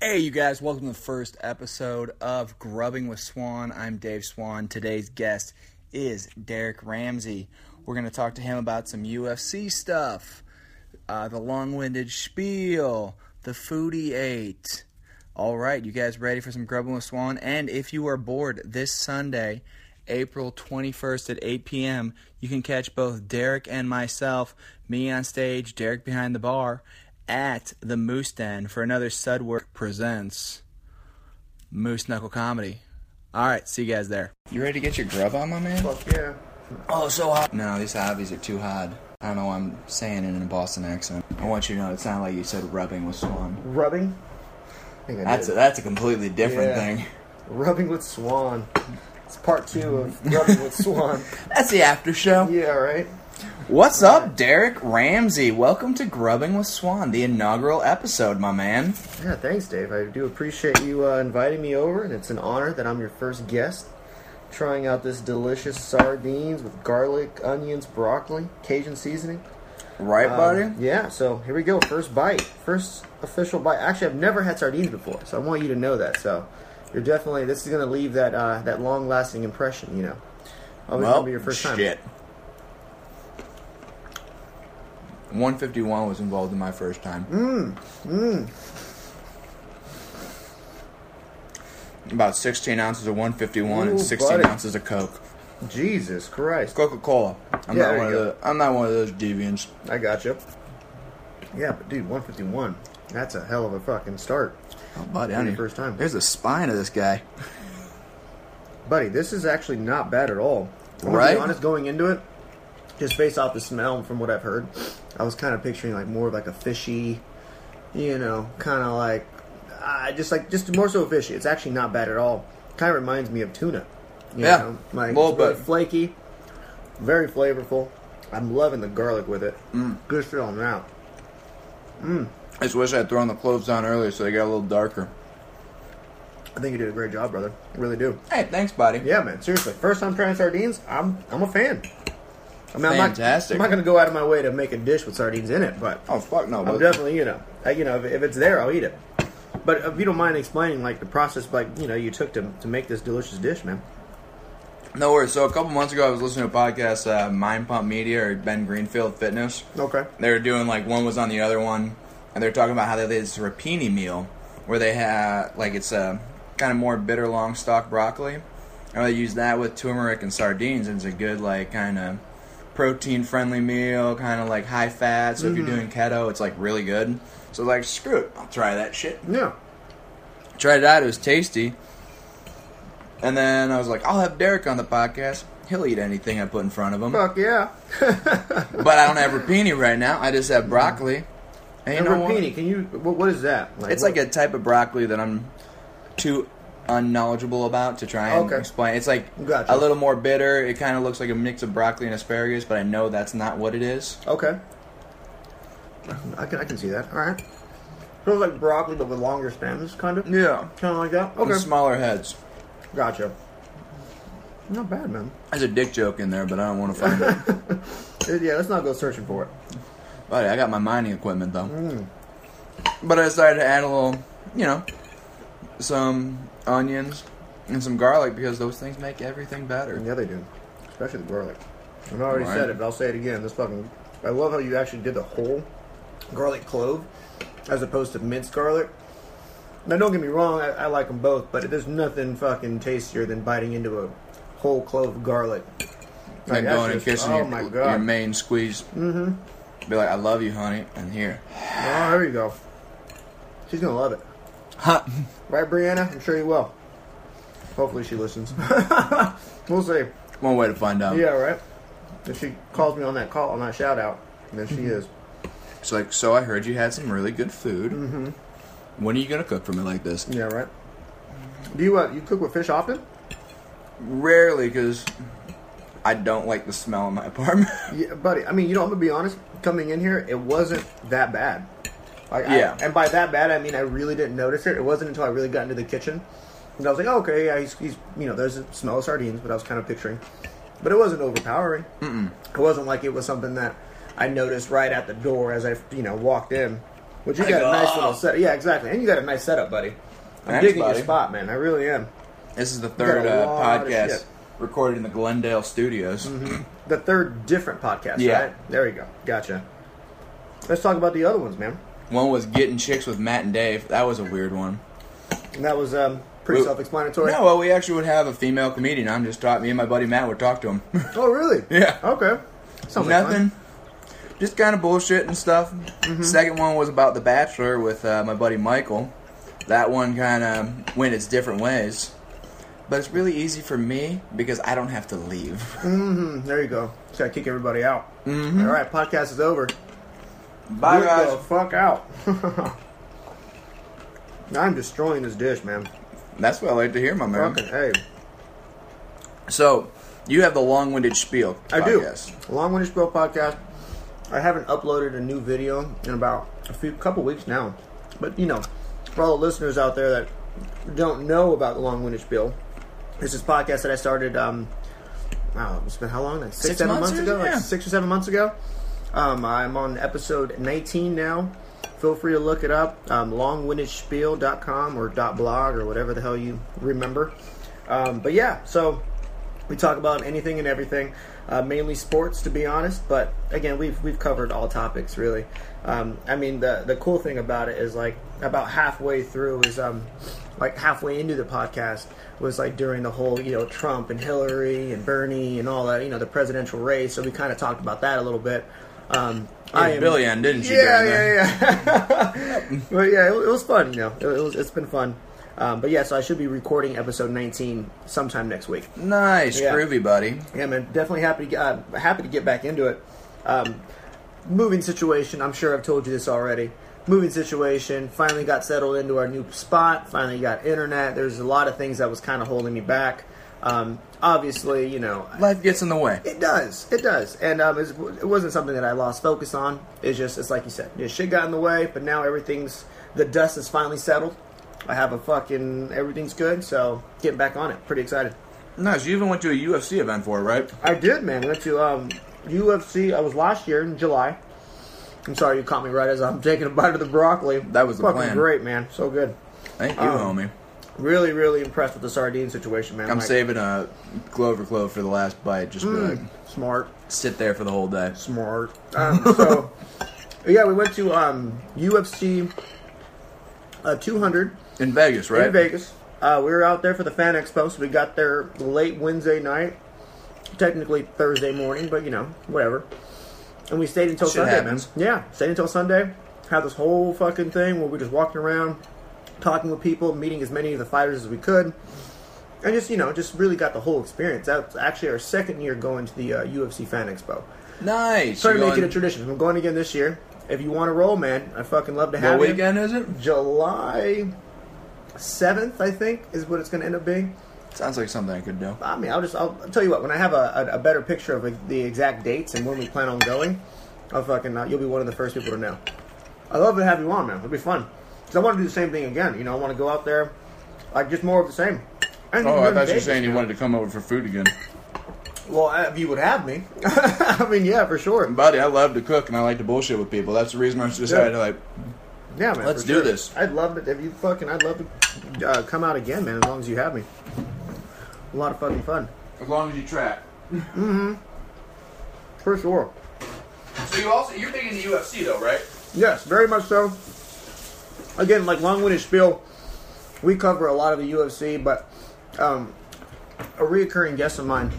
Hey, you guys, welcome to the first episode of Grubbing with Swan. I'm Dave Swan. Today's guest is Derek Ramsey. We're going to talk to him about some UFC stuff, uh, the long winded spiel, the food he ate. All right, you guys ready for some Grubbing with Swan? And if you are bored this Sunday, April 21st at 8 p.m., you can catch both Derek and myself, me on stage, Derek behind the bar, at the Moose Den for another Sudwork Presents Moose Knuckle Comedy. All right, see you guys there. You ready to get your grub on, my man? Yeah. Oh, so hot. No, these hobbies are too hot. I don't know why I'm saying it in a Boston accent. I want you to know it's not like you said rubbing with Swan. Rubbing? I think I That's a, did. that's a completely different Yeah. thing. Rubbing with Swan. It's part two of Rubbing with Swan. That's the after show. Yeah, right? What's up, Derek Ramsey? Welcome to Grubbing with Swan, the inaugural episode, my man. Yeah, thanks, Dave. I do appreciate you uh, inviting me over, and it's an honor that I'm your first guest. Trying out this delicious sardines with garlic, onions, broccoli, Cajun seasoning. Um, Right, Uh, buddy? Yeah, so here we go. First bite. First official bite. Actually, I've never had sardines before, so I want you to know that. So you're definitely, this is going to leave that uh, that long lasting impression, Oh, you know. Always well, remember your first time. shit. 151 was involved in my first time. Mmm. Mm, Mmm. About 16 ounces of 151 and Ooh, 16 buddy. ounces of Coke. Jesus Christ. Coca Cola. I'm Yeah, not there one of you the, I'm not one of those deviants. I gotcha. Yeah, but dude, 151. That's a hell of a fucking start. Oh, buddy, I Your need- first time. There's the spine of this guy. Buddy, this is actually not bad at all. I'm gonna be Right? honest, going into it, just based off the smell and from what I've heard, I was kind of picturing like more of like a fishy, you know, kind of like, I just like, just more so fishy. It's actually not bad at all. Kind of reminds me of tuna. You Yeah, Know? a Like, little it's really bit. flaky, very flavorful. I'm loving the garlic with it. Mm. Good shit on that. I just wish I'd thrown the clothes on earlier so they got a little darker. I think you did a great job, brother. I really do. Hey, thanks, buddy. Yeah, man. Seriously, first time trying sardines, I'm I'm a fan. I mean, Fantastic. I'm not, I'm not gonna go out of my way to make a dish with sardines in it, but Oh, fuck no. I'm but- definitely you know, I, you know, if, if it's there, I'll eat it. But if you don't mind explaining, like the process, like you know, you took to to make this delicious dish, man. No worries. So a couple months ago, I was listening to a podcast, uh, Mind Pump Media or Ben Greenfield Fitness. Okay. They were doing like one was on the other one, and they were talking about how they did this rapini meal where they had like it's a kind of more bitter long stalk broccoli, and they use that with turmeric and sardines, and it's a good like kind of protein friendly meal, kind of like high fat. So if Mm-hmm. you're doing keto, it's like really good. So like screw it, I'll try that shit Yeah. tried it out. It was tasty. And then I was like, I'll have Derek on the podcast. He'll eat anything I put in front of him. Fuck yeah. but I don't have rapini right now. I just have broccoli. And you And know what? rapini, can you? What, what is that? It's like what- a type of broccoli that I'm too unknowledgeable about to try and Okay. explain. It's like Gotcha. a little more bitter. It kind of looks like a mix of broccoli and asparagus, but I know that's not what it is. Okay. I can I can see that. All right. Feels like broccoli, but with longer stems, kind of. Yeah. Kind of like that. And Okay. smaller heads. Gotcha. Not bad, man. There's a dick joke in there, but I don't want to find it. Uh, Yeah, let's not go searching for it. Buddy, I got my mining equipment though. Mm. But I decided to add a little, you know, some onions and some garlic because those things make everything better. Yeah, they do. Especially the garlic. I've already Right. said it, but I'll say it again. This fucking. I love how you actually did the whole garlic clove as opposed to minced garlic. Now, don't get me wrong, I, I like them both, but there's nothing fucking tastier than biting into a whole clove of garlic. Like that's going and just- kissing oh your, my God. your main squeeze. Mm-hmm. Be like, I love you, honey, and here. Oh, there you go. She's gonna love it. Ha! Right, Brianna? I'm sure you will. Hopefully she listens. we'll see. One way to find out. Yeah, right. If she calls me on that call on that shout out, then she is. It's like, so I heard you had some really good food. Mm-hmm. When are you gonna cook for me like this? Yeah, right. Do you uh, you cook with fish often? Rarely, because I don't like the smell in my apartment. Yeah, buddy. I mean, you know, I'm gonna be honest. Coming in here, it wasn't that bad. Like, I- Yeah. and by that bad, I mean I really didn't notice it. It wasn't until I really got into the kitchen, and I was like, oh, okay, yeah, he's, he's you know, there's a smell of sardines, but I was kind of picturing, but it wasn't overpowering. Mm-mm. It wasn't like it was something that I noticed right at the door as I you know walked in. But you got go, a nice "Oh." little set. Yeah, exactly. And you got a nice setup, buddy. I'm Thanks, digging buddy. your spot, man. I really am. This is the third got a uh, lot of podcast shit. Mm-hmm. recorded in the Glendale studios. The third different podcast, Yeah. right? There you go. Gotcha. Let's talk about the other ones, man. One was getting chicks with Matt and Dave. That was a weird one. And that was um, pretty Wait. self-explanatory. No, well, we actually would have a female comedian. I'm just taught me and my buddy Matt would talk to him. Oh, really? Yeah. Okay. Sounds like Mm-hmm. Nothing. Just kind of bullshit and stuff. Second one was about The Bachelor with uh, my buddy Michael. That one kind of went its different ways. But it's really easy for me because I don't have to leave. fun. There you go. Just gotta kick everybody out. All right, podcast is over. Mm-hmm. Bye, Get guys. the fuck out. I'm destroying this dish, man. That's what I like to hear, my man. Fucking hey, So, you have the long winded spiel. I do. podcast. Long Winded Spill podcast. I haven't uploaded a new video in about a few couple weeks now, but you know, for all the listeners out there that don't know about the Long Winded Spill, this is a podcast that I started. Um, wow, it's been how long? Like six, Six seven months months or- ago. yeah. Like six or seven months ago. Um, I'm on episode 19 now. Feel free to look it up. Um, longwindedspiel.com or .blog or whatever the hell you remember. Um, but yeah, so we talk about anything and everything, uh, mainly sports, to be honest. But again, we've we've covered all topics really. Um, I mean, the the cool thing about it is like about halfway through is um like halfway into the podcast was like during the whole you know Trump and Hillary and Bernie and all that you know the presidential race. So we kind of talked about that a little bit. Um, I I am billion, didn't you? yeah, during the- yeah, yeah. but yeah, it, it was fun. You know, it, was it's been fun. Um, but yeah, so I should be recording episode 19 sometime next week. Nice, Yeah. groovy, buddy. Yeah, man, definitely happy to get, uh, happy to get back into it. Um, moving situation, I'm sure I've told you this already. Moving situation, finally got settled into our new spot. Finally got internet. There's a lot of things that was kind of holding me back. Um, obviously, you know, Life gets in the way. it does. It does. And um, it's, it wasn't something that I lost focus on. It's just, it's like you said, you know, shit got in the way, but now everything's, the dust is finally settled. I have a fucking, everything's good. So getting back on it. Pretty excited. Nice. You even went to a UFC event for it, right? I did, man. Went to um, UFC. I was last year in July. I'm sorry you caught me right as I'm taking a bite of the broccoli. That was the fucking plan. great, man. So good. Thank you, Um, homie. Really, really impressed with the sardine situation, man. I'm Like, saving a Clover Clove for the last bite. Just Hmm. be like, smart, sit there for the whole day. smart. Um, so yeah, we went to um, UFC uh, 200 In Vegas, right? in Vegas. Uh, we were out there for the Fan Expo, so we got there late Wednesday night, technically Thursday morning, but you know, whatever. And we stayed until Shit Sunday, happens. man. Yeah, stayed until Sunday. Had this whole fucking thing where we just walked around, talking with people, meeting as many of the fighters as we could, and just you know, just really got the whole experience. That's actually our second year going to the uh, UFC Fan Expo. Nice. Trying You to make it a going- tradition. I'm going again this year. If you want to roll, man, I fucking love to have What you. weekend is it? July 7th, I think, is what it's going to end up being. Sounds like something Oh, I could do. I mean, I'll just, I'll, I'll tell you what, when I have a, a, a better picture of the exact dates and when we plan on going, I'll fucking, uh, you'll be one of the first people to know. I love to have you on, man. It'll be fun. Because I want to do the same thing again. You know, I want to go out there, like, just more of the same. And Oh, I even thought you were Vegas, saying you know. wanted to come over for food again. Well, uh, if you would have me. I mean, yeah, for sure. Buddy, I love to cook and I like to bullshit with people. That's the reason I decided to like. Yeah, man. Let's for do sure. this. I'd love it if you fucking. I'd love to uh, come out again, man. As long as you have me. A lot of fucking fun, As long as you track. for sure. So you also you're thinking the UFC though, right? Yes, very much so. Again, like long-winded spiel, we cover a lot of the UFC, but um, a reoccurring guest of mine,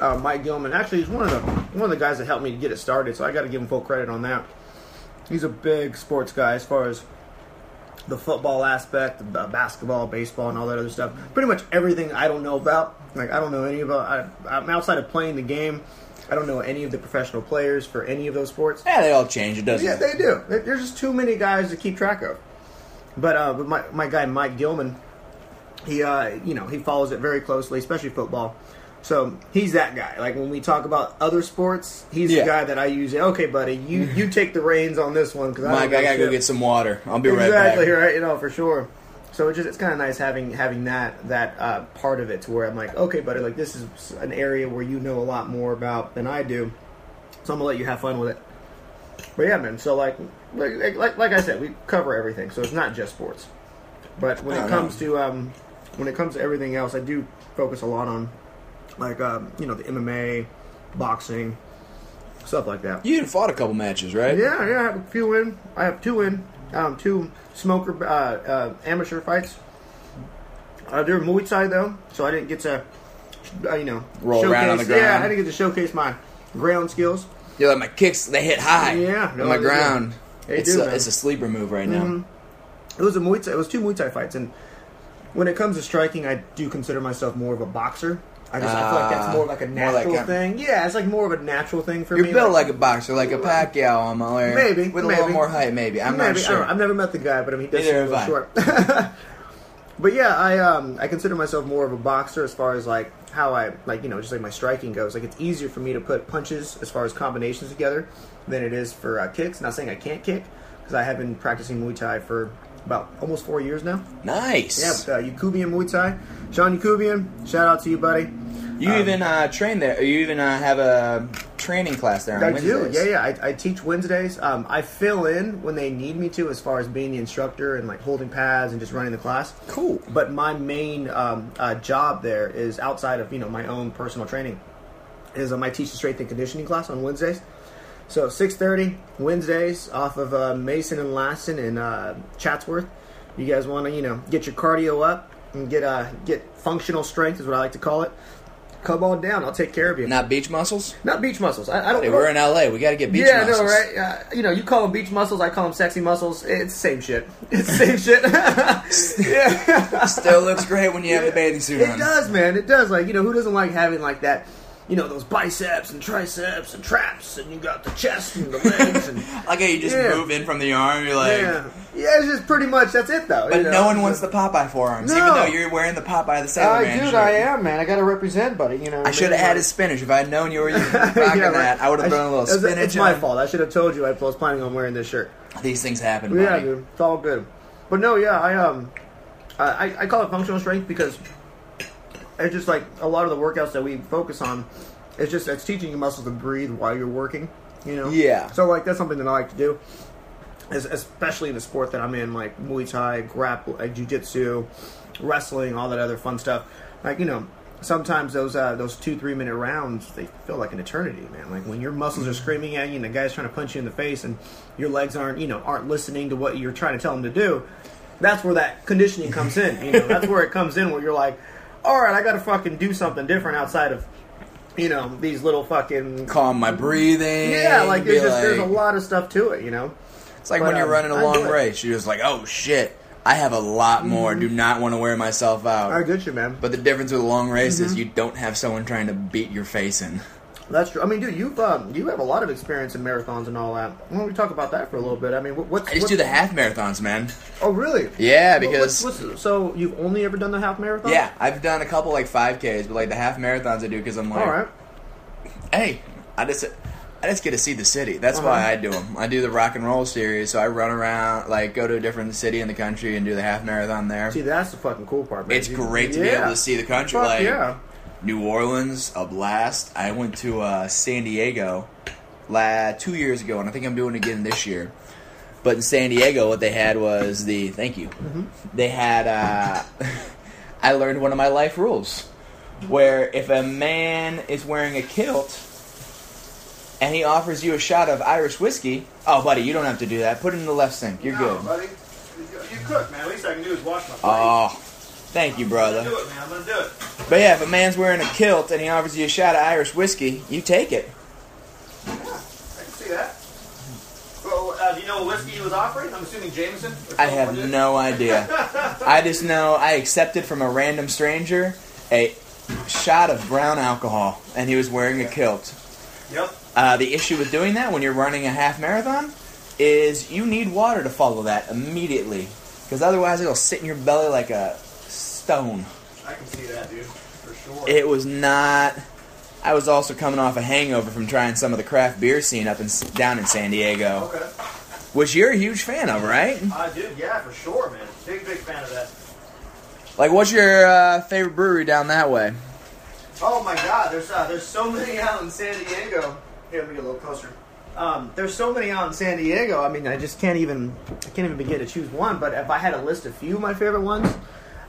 uh, Mike Gilman, actually he's one of the one of the guys that helped me get it started. So I got to give him full credit on that. He's a big sports guy as far as the football aspect, the b- basketball, baseball, and all that other stuff. Pretty much everything I don't know about. Like I don't know any about. I, I'm outside of playing the game. I don't know any of the professional players for any of those sports. Yeah, they all change. It doesn't. Yeah, they do. There- There's just too many guys to keep track of. But uh, but my my guy Mike Gilman, he uh, you know he follows it very closely, especially football. So he's that guy. Like when we talk about other sports, he's Yeah. the guy that I use. Okay, buddy, you you take the reins on this one because Mike, I gotta go get some water. I'll be right back. exactly right. You know for sure. So it's just it's kind of nice having having that that uh, part of it to where I'm like, okay, buddy, like this is an area where you know a lot more about than I do, so I'm gonna let you have fun with it. But yeah, man. So like, like, like, like I said, we cover everything, so it's not just sports. But when No, it no. comes to um, when it comes to everything else, I do focus a lot on like um, you know the MMA, boxing, stuff like that. You even fought a couple matches, right? Yeah, yeah. I have a few in. I have two in. Um, two smoker uh, uh, amateur fights. Uh, they're Muay Thai though, so I didn't get to, uh, you know, Roll around on the Yeah, ground. I didn't get to showcase my ground skills. You're like my kicks, they hit high. Yeah, on no, my they do. ground. They it's, do, a, man. Mm-hmm. it's a sleeper move right now. It was a Muay Thai. It was two Muay Thai fights, and when it comes to striking, I do consider myself more of a boxer. I just I feel like that's Ah, more of like a more like natural a- thing. Yeah, it's like more of a natural thing for You're me. built like, a boxer, like a Pacquiao almost, or Maybe, with a maybe. little more height. Maybe I'm Maybe, not I sure. don't know. I've never met the guy, but I mean, he does Neither seem a little short. but yeah, I um, I consider myself more of a boxer as far as like how I like you know just like my striking goes. Like it's easier for me to put punches as far as combinations together than it is for uh, kicks. Not saying I can't kick because I have been practicing Muay Thai for about almost four years now. Yeah, nice. with, uh, Yukubian Muay Thai, Sean Yukubian. Shout out to you, buddy. um, you even uh, train there. or You even uh, have a training class there on I do. Wednesdays. Yeah, yeah. I, I teach Wednesdays. Um, I fill in when they need me to, as far as being the instructor and like holding pads and just running the class. Cool. But my main um, uh, job there is outside of you know my own personal training, is um, I teach the strength and conditioning class on Wednesdays. So six thirty Wednesdays off of uh, Mason and Lassen in uh, Chatsworth. You guys want to you know get your cardio up and get uh get functional strength is what I like to call it. Come on down, I'll take care of you. Not beach muscles. Not beach muscles. I, I don't. Hey, we're in LA. We got to get beach yeah, muscles. I know, right? Uh, you know, you call them beach muscles. I call them sexy muscles. It's the same shit. It's the same shit. yeah. Still looks great when you have the bathing suit It on. does, man. It does. Like, you know, who doesn't like having like that? You know, those biceps and triceps and traps, and you got the chest and the legs and. Like how you just Yeah. move in from the arm. You're like, Yeah, yeah, it's just pretty much that's it though. but you know? no one wants the Popeye forearms, even No. though you're wearing the Popeye the Sailor I Man dude, shirt. I am man. I gotta represent, buddy. You know, I should have added spinach. If I had known you were rocking that, I would have thrown a little it's- spinach. It's my on. fault. I should have told you. I was planning on wearing this shirt. These things happen. Yeah, buddy. dude, it's all good. But no, yeah, I um, I I- I call it functional strength because it's just like a lot of the workouts that we focus on. It's just it's teaching your muscles to breathe while you're working. You know. Yeah. So like that's something that I like to do, es- especially in the sport that I'm in, like Muay Thai, grapple, uh, jujitsu, wrestling, all that other fun stuff. Like you know. Sometimes those uh, those two three minute rounds they feel like an eternity, man. Like when your muscles are screaming at you and the guy's trying to punch you in the face and your legs aren't you know aren't listening to what you're trying to tell them to do. That's where that conditioning comes in. You know that's where it comes in where you're like, all right, I got to fucking do something different outside of you know these little fucking Calm my breathing. yeah, like be there's just there's a like- lot of stuff to it, you know. It's like But, when you're um, running a I do long it. Mm-hmm. race, you're just like, oh shit, I have a lot more. Do not want to wear myself out. I Mm-hmm. get you, man. But the difference with a long race is you don't have someone trying to beat your face in. That's true. I mean, dude, you've um, you have a lot of experience in marathons and all that. Why don't we talk about that for a little bit? I mean, what, what's I just what- do the half marathons, man. Oh, really? Yeah, What- because what's, what's, so you've only ever done the half marathon? yeah, I've done a couple like 5Ks, but like the half marathons I do because I'm like, All right. hey, I just I just get to see the city. That's why Uh-huh. I do them. I do the rock and roll series, so I run around, like go to a different city in the country and do the half marathon there. See, that's the fucking cool part. Man. it's You- great to be yeah. able to see the country. Fuck like yeah. New Orleans, a blast. I went to uh, San Diego la- two years ago, and I think I'm doing it again this year. But in San Diego, what they had was the thank you. Mm-hmm. They had. Uh, I learned one of my life rules, where if a man is wearing a kilt and he offers you a shot of Irish whiskey, oh buddy, you don't have to do that. Put it in the left sink. You're good. buddy. You cook, man. At least I can do is wash my plate. Oh, thank you, brother. it, man. I'm gonna do it. But yeah, if a man's wearing a kilt and he offers you a shot of Irish whiskey, you take it. I can see that. Well, uh, do you know what whiskey he was offering? I'm assuming Jameson. I have no idea. I just know I accepted from a random stranger a shot of brown alcohol, and he was wearing a kilt. Yep. Uh, the issue with doing that when you're running a half marathon is you need water to follow that immediately, because otherwise it'll sit in your belly like a stone. I can see that, dude, for sure. It was not. I was also coming off a hangover from trying some of the craft beer scene up in down in San Diego, okay. which you're a huge fan of, right? I do, yeah, for sure, man. Big, big fan of that. Like, what's your uh, favorite brewery down that way? Oh my God, there's uh, there's so many out in San Diego. Here, let me get a little closer. Um, there's so many out in San Diego. I mean, I just can't even I can't even begin to choose one. But if I had to list a few of my favorite ones,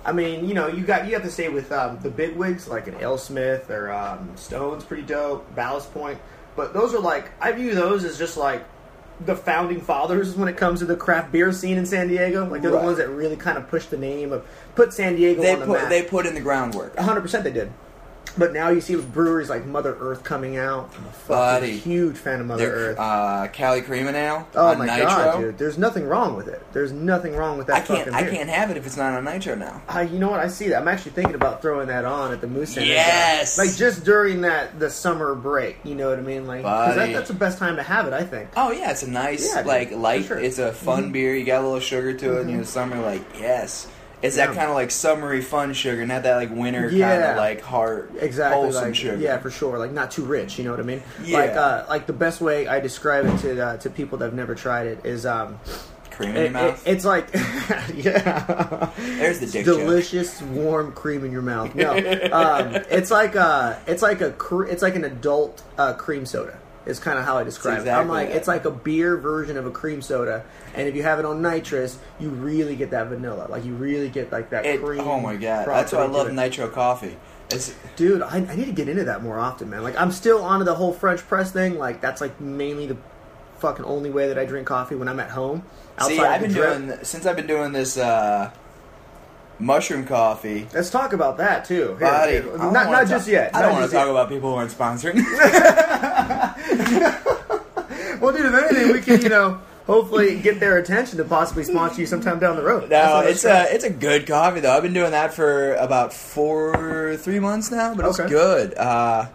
I mean, you know, you got you have to stay with um, the big wigs like an L. Smith or um, Stone's pretty dope, Ballast Point. But those are like I view those as just like the founding fathers when it comes to the craft beer scene in San Diego. Like they're Right. the ones that really kind of pushed the name of put San Diego They on the put map. they put in the groundwork. 100% they did. But now you see with breweries like Mother Earth coming out. I'm a fucking Buddy. huge fan of Mother Their Earth. uh, Cali Crema now oh on my Nitro. god, dude! There's nothing wrong with it. There's nothing wrong with that I can't fucking I beer. can't have it if it's not on Nitro now. Uh, you know what? I see that. I'm actually thinking about throwing that on at the Moose Center. Yes! Like just during that the summer break. You know what I mean? Like 'cause that, Buddy. that's the best time to have it. I think. Oh yeah, it's a nice Yeah, dude, like for light. sure. Mm-hmm. It's a fun beer. You got a little sugar to it, and you're in the summer like yes. It's that Yeah. kind of like summery fun sugar, not that like winter kind Yeah. of like heart Exactly. wholesome Like, sugar. Yeah, for sure. Like not too rich. You know what I mean? Yeah. Like uh, like the best way I describe it to uh, to people that have never tried it is um, cream in it, your mouth. it- it's like yeah. There's the dick joke. delicious warm cream in your mouth. No, um, it's like a it's like a cr- it's like an adult uh, cream soda. Is kind of how I describe it. I'm exactly like it. it's like a beer version of a cream soda, and if you have it on nitrous, you really get that vanilla. Like you really get like that It- cream. oh my god, that's why I property love to it. Nitro coffee. It's Dude, I, I need to get into that more often, man. Like I'm still onto the whole French press thing. Like that's like mainly the fucking only way that I drink coffee when I'm at home. see, of I've the been drip. doing since I've been doing this uh, mushroom coffee. Let's talk about that too. Here, Buddy, here. I don't not wanna not talk- just yet. I don't Not want just to yet. talk about people who aren't sponsoring. Well, dude, if anything, we can, you know, hopefully get their attention to possibly sponsor you sometime down the road. That's No, how this it's goes. a it's a good coffee though. I've been doing that for about four three months now, but Okay. it's good. Uh,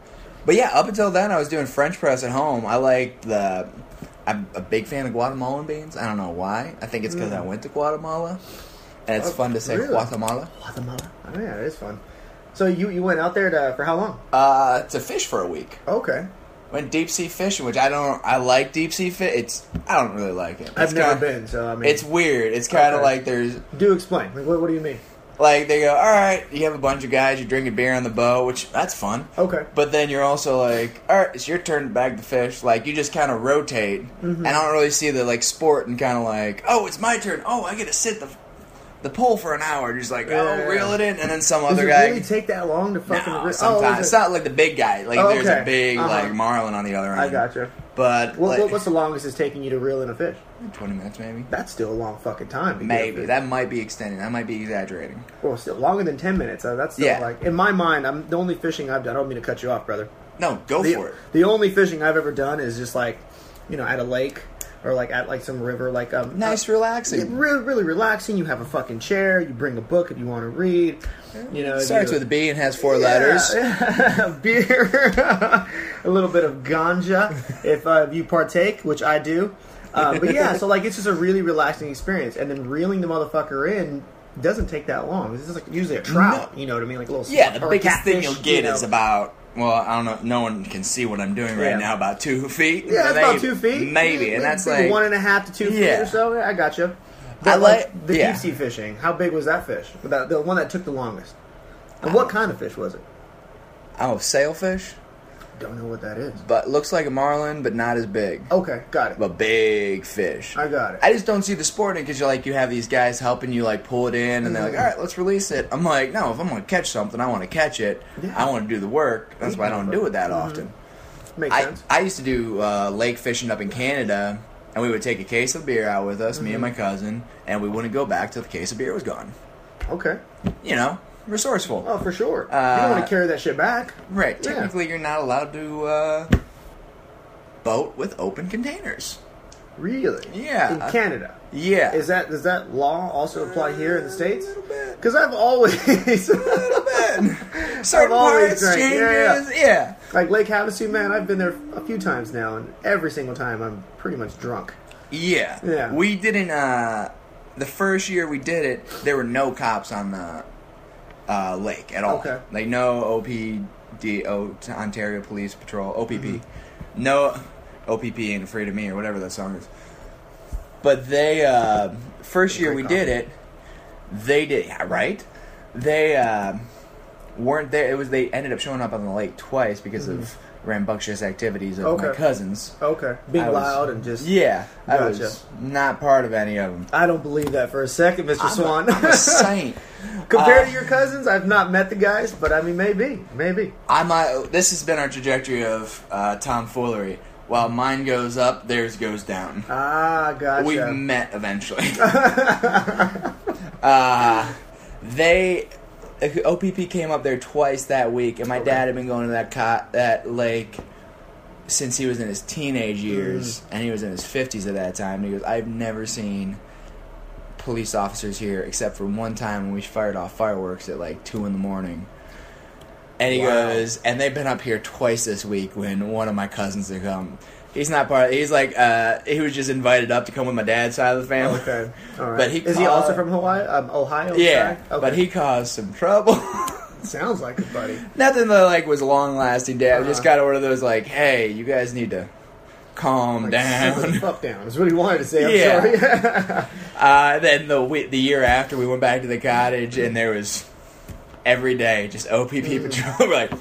but yeah, up until then, I was doing French press at home. I like the. I'm a big fan of Guatemalan beans. I don't know why. I think it's because I went to Guatemala, and it's Mm. Oh, fun to say really? Guatemala. Guatemala. Oh yeah, it is fun. So you you went out there to for how long? Uh, to fish for a week. Okay, Went deep sea fishing, which I don't. I like deep sea fish. It's I don't really like it. I've It's never kinda- been, so I mean, It's weird. It's kind of Okay. like there's do explain. Like, what, what do you mean? like they go, all right, you have a bunch of guys, you're drinking beer on the boat, which that's fun. Okay. But then you're also like, all right, it's your turn to bag the fish. Like you just kind of rotate, Mm-hmm. and I don't really see the like sport and kind of like, oh, it's my turn. Oh, I get to sit the the pole for an hour. Just like, Yeah. oh, reel it in, and then some Does other it guy. really take that long to fucking? no, re- sometimes Oh, it's is it- not like the big guy. Like Oh, there's okay. a big Uh-huh. like marlin on the other end. I gotcha. But What, like, what, what's the longest it's taking you to reel in a fish? twenty minutes maybe. That's still a long fucking time. to get a Maybe fish. that might be extending. That might be exaggerating. Well, still longer than ten minutes. Uh, that's still Yeah. like in my mind. I'm the only fishing I've done. I don't mean to cut you off, brother. No, go the, for it. the only fishing I've ever done is just like, you know, at a lake or like at like some river, like um, Nice, It's relaxing. really, really relaxing. You have a fucking chair. You bring a book if you want to read. You know, if Starts you- with a B and has four Yeah, letters. yeah. beer, a little bit of ganja if, uh, if you partake, which I do. Uh, but yeah, so like it's just a really relaxing experience, and then reeling the motherfucker in doesn't take that long. This is like usually a trout, you know what I mean? Like a little Yeah, the or a biggest thing catfish, you'll get you know. is about. Well, I don't know. No one can see what I'm doing right Yeah. now. About two feet. Yeah, that's about Maybe- two feet. Maybe, and that's Maybe like one and a half to two feet Yeah. or so. Yeah, I got you. I like- the yeah. deep sea fishing. How big was that fish? That, the one that took the longest. And what kind of fish was it? oh sailfish, Don't know what that is. but looks like a marlin, but not as big. Okay, got it. A big fish. I got it. I just don't see the sport in because you're like you have these guys helping you like pull it in, and they're like, Mhm. "All right, let's release it." I'm like, "No, if I'm gonna catch something, I want to catch it. Yeah. Mm-hmm. I want to do the work. That's why I don't do it that often." Makes I, sense. I used to do uh, lake fishing up in Canada, and we would take a case of beer out with us, me Mm-hmm. and my cousin, and we wouldn't go back till the case of beer was gone. Okay. You know, resourceful. Oh, for sure. you Uh, don't want to carry that shit back. right. yeah. Technically, you're not allowed to uh, boat with open containers. Really? Yeah. In Canada. Yeah. Is that does that law also apply here in the states? Uh, A little bit. Because I've always Certain I've always parts drank, yeah, changes. Yeah. like Lake Havasu, man. I've been there a few times now, and every single time I'm pretty much drunk. yeah. Yeah. We didn't. Uh, the first year we did it, there were no cops on the uh, lake at all. Okay. Like no OPD, o, Ontario Police Patrol, OPP. Mm-hmm. No OPP ain't afraid of me or whatever that song is. But they uh, first year we Great did it, they did yeah, right. um, They uh, weren't there. It was they ended up showing up on the lake twice because of rambunctious activities of my Mm-hmm. Okay. cousins. Okay. Be I was- loud and just. Yeah, I Gotcha. was not part of any of them. I don't believe that for a second, mister Swan. I'm a saint. Compared Uh, to your cousins, I've not met the guys, but I mean, maybe, maybe. I might. This has been our trajectory of uh, tomfoolery. While mine goes up, theirs goes down. Ah, gotcha. We met eventually. uh, they OPP came up there twice that week, and my dad had been going to that co- that lake since he was in his teenage Mm. years, and he was in his fifties at that time. And he goes, "I've never seen police officers here except for one time when we fired off fireworks at like two in the morning." And he Wow. goes, and they've been up here twice this week when one of my cousins had come. He's not part. He's like, uh, he was just invited up to come with my dad's side of the family. okay. All right. But he is he called- also from Hawaii? Um, Ohio. Yeah, sorry? but he caused some trouble. sounds like it, buddy. Nothing that like was long lasting. Dad Uh-huh. just got one of those like, hey, you guys need to calm Like, sit the down. fuck down. Is what he wanted to say. I'm Yeah. sorry. uh, then the we- the year after, we went back to the cottage, and there was every day just OPP patrol. Mm. We're like,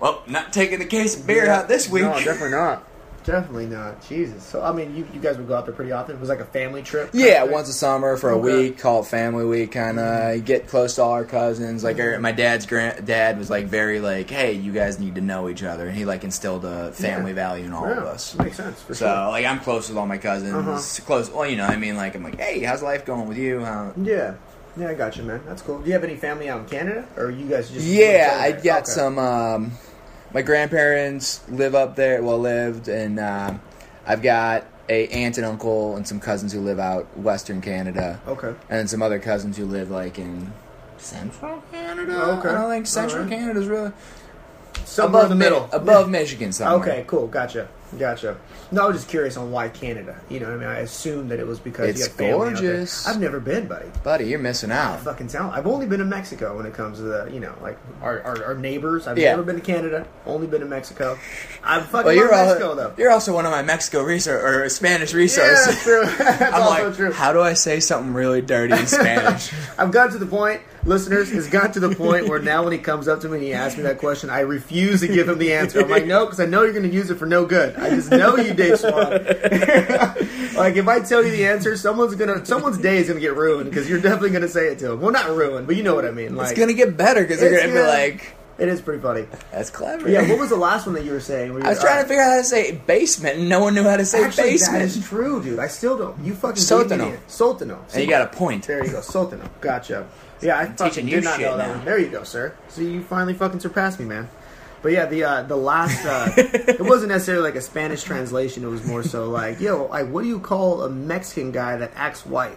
well, not taking the case of beer out this week. No, definitely not. Definitely not. Jesus. So I mean, you, you guys would go out there pretty often. It was like a family trip. kind Yeah, of thing? once a summer for a Okay. week, call it family week, kind of get close to all our cousins. Like our, my dad's grand dad was like very like, hey, you guys need to know each other, and he like instilled a family Yeah. value in all Yeah, of us. Makes sense. For So like I'm close with all my cousins, Uh-huh. close. Well, you know, I mean, like I'm like, hey, how's life going with you? How- sure. Yeah. Yeah, I got you, man. That's cool. Do you have any family out in Canada, or you guys just? Yeah, I got Okay. some. Um, my grandparents live up there. Well, lived, and um I've got a aunt and uncle and some cousins who live out western Canada, Okay. and some other cousins who live like in central Canada. Okay. I don't think central Alright. Canada's really Somewhere in above the Mi- middle. above Michigan somewhere. Okay, cool. Gotcha. Gotcha. No, I was just curious on why Canada. You know, what I mean, I assumed that it was because It's you have family out there. gorgeous. I've never been, buddy. buddy, you're missing out. Fucking sound. I've only been to Mexico when it comes to the, you know, like our, our, our neighbors. I've Yeah. never been to Canada. Only been to Mexico. I'm fucking Well, love you're, Mexico al- though. you're also one of my Mexico resource or Spanish resources. yeah, true. That's I'm also like, true. how do I say something really dirty in Spanish? I've gotten to the point, listeners, it's gotten to the point where now when he comes up to me and he asks me that question, I refuse to give him the answer. I'm like, no, because I know you're going to use it for no good. I just know you, Dave Swan. like, if I tell you the answer, someone's gonna, someone's day is gonna get ruined because you're definitely gonna say it to him. Well, not ruined, but you know what I mean. Like, it's gonna get better because they're It's gonna be gonna- like, it is pretty funny. "That's clever." But yeah, what was the last one that you were saying? Where you I was were- uh, trying to figure out how to say basement, and no one knew how to say Actually, that basement. is true, dude. I still don't. You fucking Sotano. Soltano. Soltano. And you got a point. There you go, Sultan. Gotcha. Yeah, I fucking teaching did you not shit know that now. one. There you go, sir. So you finally fucking surpassed me, man. But yeah, the uh, the last uh, it wasn't necessarily like a Spanish translation. It was more so like, yo, like what do you call a Mexican guy that acts white?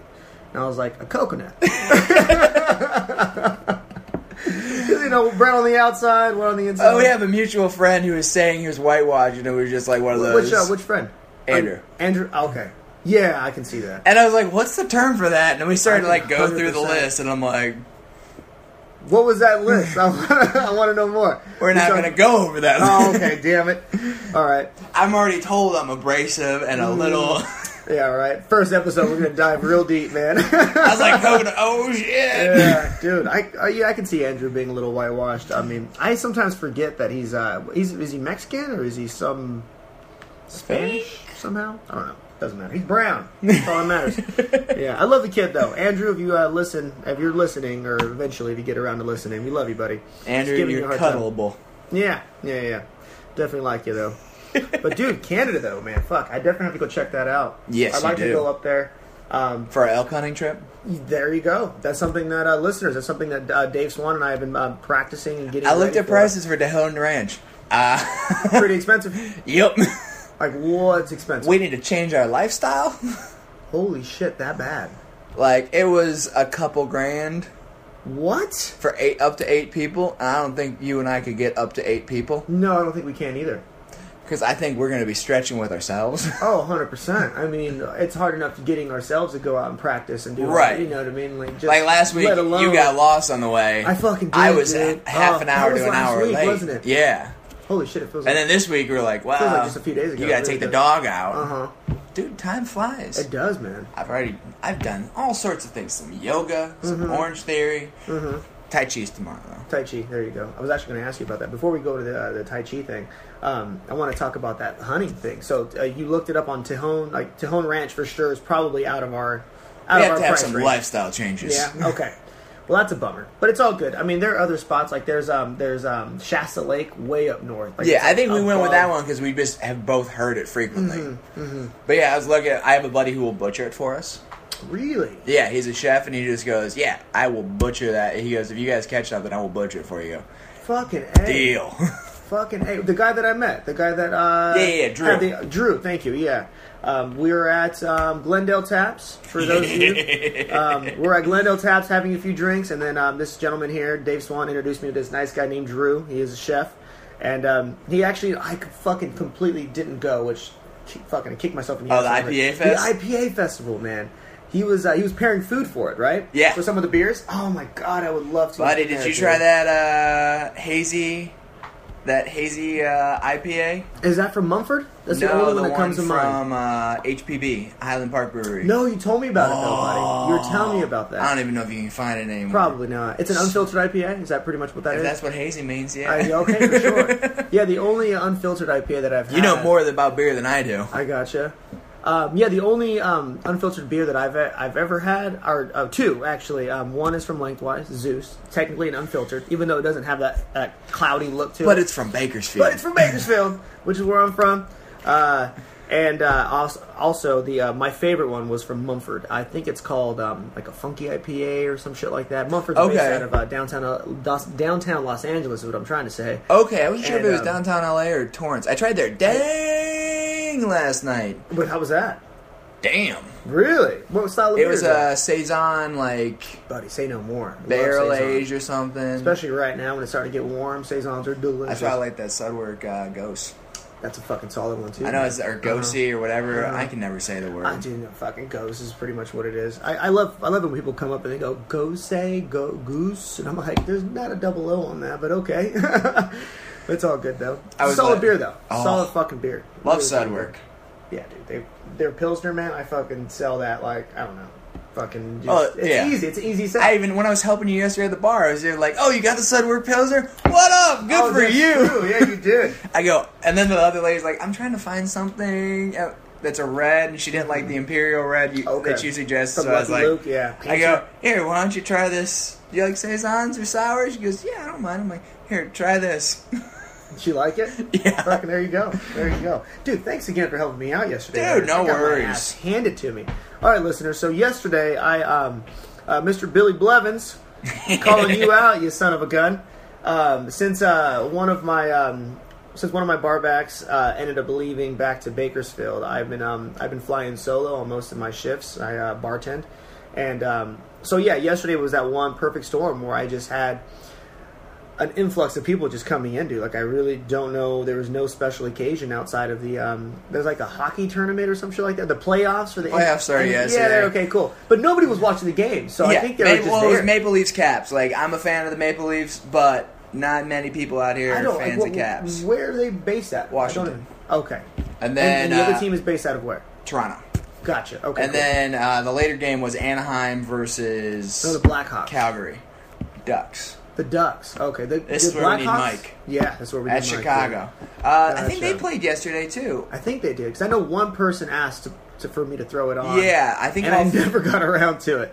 And I was like, a coconut. Because you know, brown on the outside, white on the inside. Oh, we have a mutual friend who was saying he was whitewashed, and it was just like one of those. Which uh, which friend? Andrew. Andrew. Okay. Yeah, I can see that. and I was like, "What's the term for that?" And we started to like go through the 100%. list, and I'm like, What was that list? I want, I want to know more. "We're You not talking- gonna go over that." Oh, okay. Damn it. All right. I'm already told I'm abrasive and Mm. a little. Yeah, right. First episode, we're gonna dive real deep, man. I was like, "Coconut, oh shit!" yeah, dude. I, I yeah, I can see Andrew being a little whitewashed. I mean, I sometimes forget that he's uh, he's is he Mexican or is he some Spanish somehow? I don't know. Doesn't matter. He's brown. That's all that matters. yeah, I love the kid though, Andrew. If you uh, listen, if you're listening, or eventually if you get around to listening, we love you, buddy. Just Andrew, giving you a you're hard time. cuddleable. Yeah, yeah, yeah. Definitely like you though. but dude, Canada though, man, fuck, I definitely have to go check that out. Yes, I'd you like do. to go up there. Um, For our elk hunting trip, there you go. That's something that uh, listeners. That's something that uh, Dave Swan and I have been uh, practicing and getting. I looked ready at for. prices for Tejon Ranch. Uh, Pretty expensive. yep. Like what's expensive? we need to change our lifestyle. Holy shit, that bad? like it was a couple grand What? for eight up to eight people. And I don't think you and I could get up to eight people No, I don't think we can either. because I think we're going to be stretching with ourselves. Oh, 100 percent. I mean, it's hard enough getting ourselves to go out and practice and do. all that, Right. You know what I mean? Like just like last week, let alone- you got lost on the way. I fucking did, I was dude. a- half Oh, an that hour was to an last hour week, late. wasn't it? Yeah. Holy shit, it feels. And like, then this week we were like, wow, like just a few days ago, you got to really take the does. dog out, Uh huh. dude. Time flies. It does, man. Mm-hmm. I've already I've done all sorts of things. Some yoga, some Orange Theory. Tai Chi's tomorrow, though. Tai Chi. There you go. I was actually going to ask you about that before we go to the, uh, the Tai Chi thing. Um, I want to talk about that hunting thing. So uh, you looked it up on Tejon. Like Tejon Ranch for sure is probably out of our out We have of our to have price some range. lifestyle changes. Yeah. Okay. Well, that's a bummer, but it's all good. I mean, there are other spots like there's um there's um Shasta Lake way up north. Like, Yeah, it's I think we went with above- that one because we just have both heard it frequently. Mm-hmm, But yeah, I was looking. I have a buddy who will butcher it for us. Really? Yeah, he's a chef, and he just goes, "Yeah, I will butcher that." He goes, "If you guys catch something, I will butcher it for you." Fucking a. Deal. Fucking a. The guy that I met, the guy that uh Yeah, yeah, yeah, Drew. had the- Drew. Thank you. Yeah. Um, we were at um, Glendale Taps for those of you. Um, we're at Glendale Taps having a few drinks, and then um, this gentleman here, Dave Swan, introduced me to this nice guy named Drew. He is a chef, and um, he actually I fucking completely didn't go, which fucking kicked myself in the Oh, ass the over it. IPA fest? The IPA festival, man. He was uh, he was pairing food for it, right? Yeah. For some of the beers. Oh my god, I would love to. Buddy, be did there, you dude. try that uh, hazy, that hazy uh, IPA? Is that from Mumford? That's the no, only the one one that comes to mind. from uh, HPB Highland Park Brewery. No, you told me about it though, buddy. You were telling me about Oh. I that. don't even know if you can find it anymore. Probably not. It's an unfiltered IPA. Is that pretty much what that If is? that's what hazy means, yeah. I- yeah, okay, for sure. Yeah, the only unfiltered IPA that I've you know had- more about beer than I do. I gotcha. Um, yeah, the only um, unfiltered beer that I've I've ever had are uh, two actually. Um, one is from Lengthwise Zeus, technically an unfiltered, even though it doesn't have that, that cloudy look to it. But it's from Bakersfield. but it's from Bakersfield, which is where I'm from. Uh, and uh, also, also the uh, my favorite one was from Mumford. I think it's called um, like a funky IPA or some shit like that. Mumford's based Okay. out of uh, downtown uh, Dos- downtown Los Angeles is what I'm trying to say. Okay, I wasn't sure if And, it was um, downtown LA or Torrance. I tried their dang last night. But how was that? Damn. Really? What style of It beer was uh, is that? a Saison, like, buddy. Say no more. Love barrel Saison. age or something. especially right now when it's starting to get warm. Saisons are I delicious. probably like that Sudwerk uh, Ghost. That's a fucking solid one too. I know it's, or Ghosty or whatever. Uh-huh. I can never say the word. I do know fucking goose is pretty much what it is. I, I love I love it when people come up and they go go say go goose and I'm like there's not a double O on that but okay, it's all good though. I was Solid like- beer though, Oh. solid fucking beer. Love solid Sudwerk. beer. Yeah, dude, they they're pilsner man. I fucking sell that like I don't know, fucking. Just, Oh, it's yeah. easy. It's an easy sell. I even, when I was helping you yesterday at the bar, I was there like, oh, you got the Sudwerk Pilsner? What up? Good Oh, for that's you. true. Yeah, you did. I go, and then the other lady's like, I'm trying to find something uh, that's a red, and she didn't like the imperial red you, Mm-hmm. Okay. that you suggested. From So I was Lucky like, Luke, yeah. I go, here, why don't you try this? Do you like saisons or sours? She goes, yeah, I don't mind. I'm like, here, try this. Did you like it? Yeah. Fucking there you go. There you go. Dude, thanks again for helping me out yesterday. Dude, man. no I got my worries. ass handed to me. All right, listeners. So yesterday, I, um, uh, Mr. Billy Blevins, calling you out, you son of a gun. Um, since uh, one of my um, since one of my barbacks uh, ended up leaving back to Bakersfield, I've been um, I've been flying solo on most of my shifts. I uh, bartend, and um, so yeah, yesterday was that one perfect storm where I just had an influx of people just coming in, dude. Like I really don't know. There was no special occasion outside of the. Um, there's like a hockey tournament or some shit like that. The playoffs or the Playoffs are, yes, yeah. yeah. they're Okay, cool. But nobody was watching the game, so Oh, I yeah, think they were Maple, just well, it there. was Maple Leafs caps. Like, I'm a fan of the Maple Leafs, but not many people out here I are don't fans like, of wh- caps. Where are they based at? I don't Washington. even- Okay. and then and, the uh, other team is based out of where? Toronto. Gotcha. Okay. And cool. then uh, the later game was Anaheim versus So the Blackhawks, Calgary Ducks. the Ducks. Okay. The, This the is where we need Blackhawks- Mike. Yeah, that's where we need at Mike, Chicago. dude. Uh, I think they Gotcha. played yesterday too. I think they did because I know one person asked to, to, for me to throw it on. Yeah, I think and I I'll, never got around to it.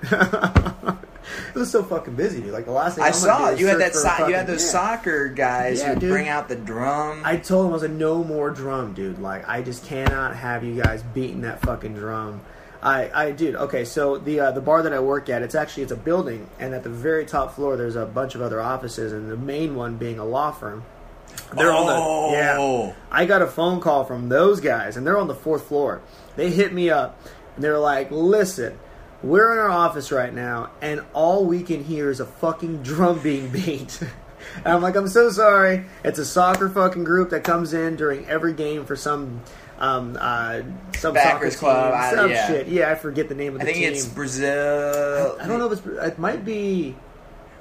it was so fucking busy, dude. Like the last thing I I'm gonna saw do it. is You had that. search for a So- you fucking- had those Yeah. soccer guys Yeah, who dude. bring out the drum. I told him I was like, no more drum, dude. Like I just cannot have you guys beating that fucking drum. I, I dude, okay, so the uh, the bar that I work at, it's actually it's a building, and at the very top floor there's a bunch of other offices, and the main one being a law firm. They're on the yeah. Oh. I got a phone call from those guys, and they're on the fourth floor. They hit me up, and they're like, "Listen, we're in our office right now, and all we can hear is a fucking drum being beat." and I'm like, "I'm so sorry. It's a soccer fucking group that comes in during every game for some." Um, uh, some Backers soccer team, club, I- some yeah. shit. Yeah, I forget the name of I the think team. it's Brazil. I don't know if it's. It might be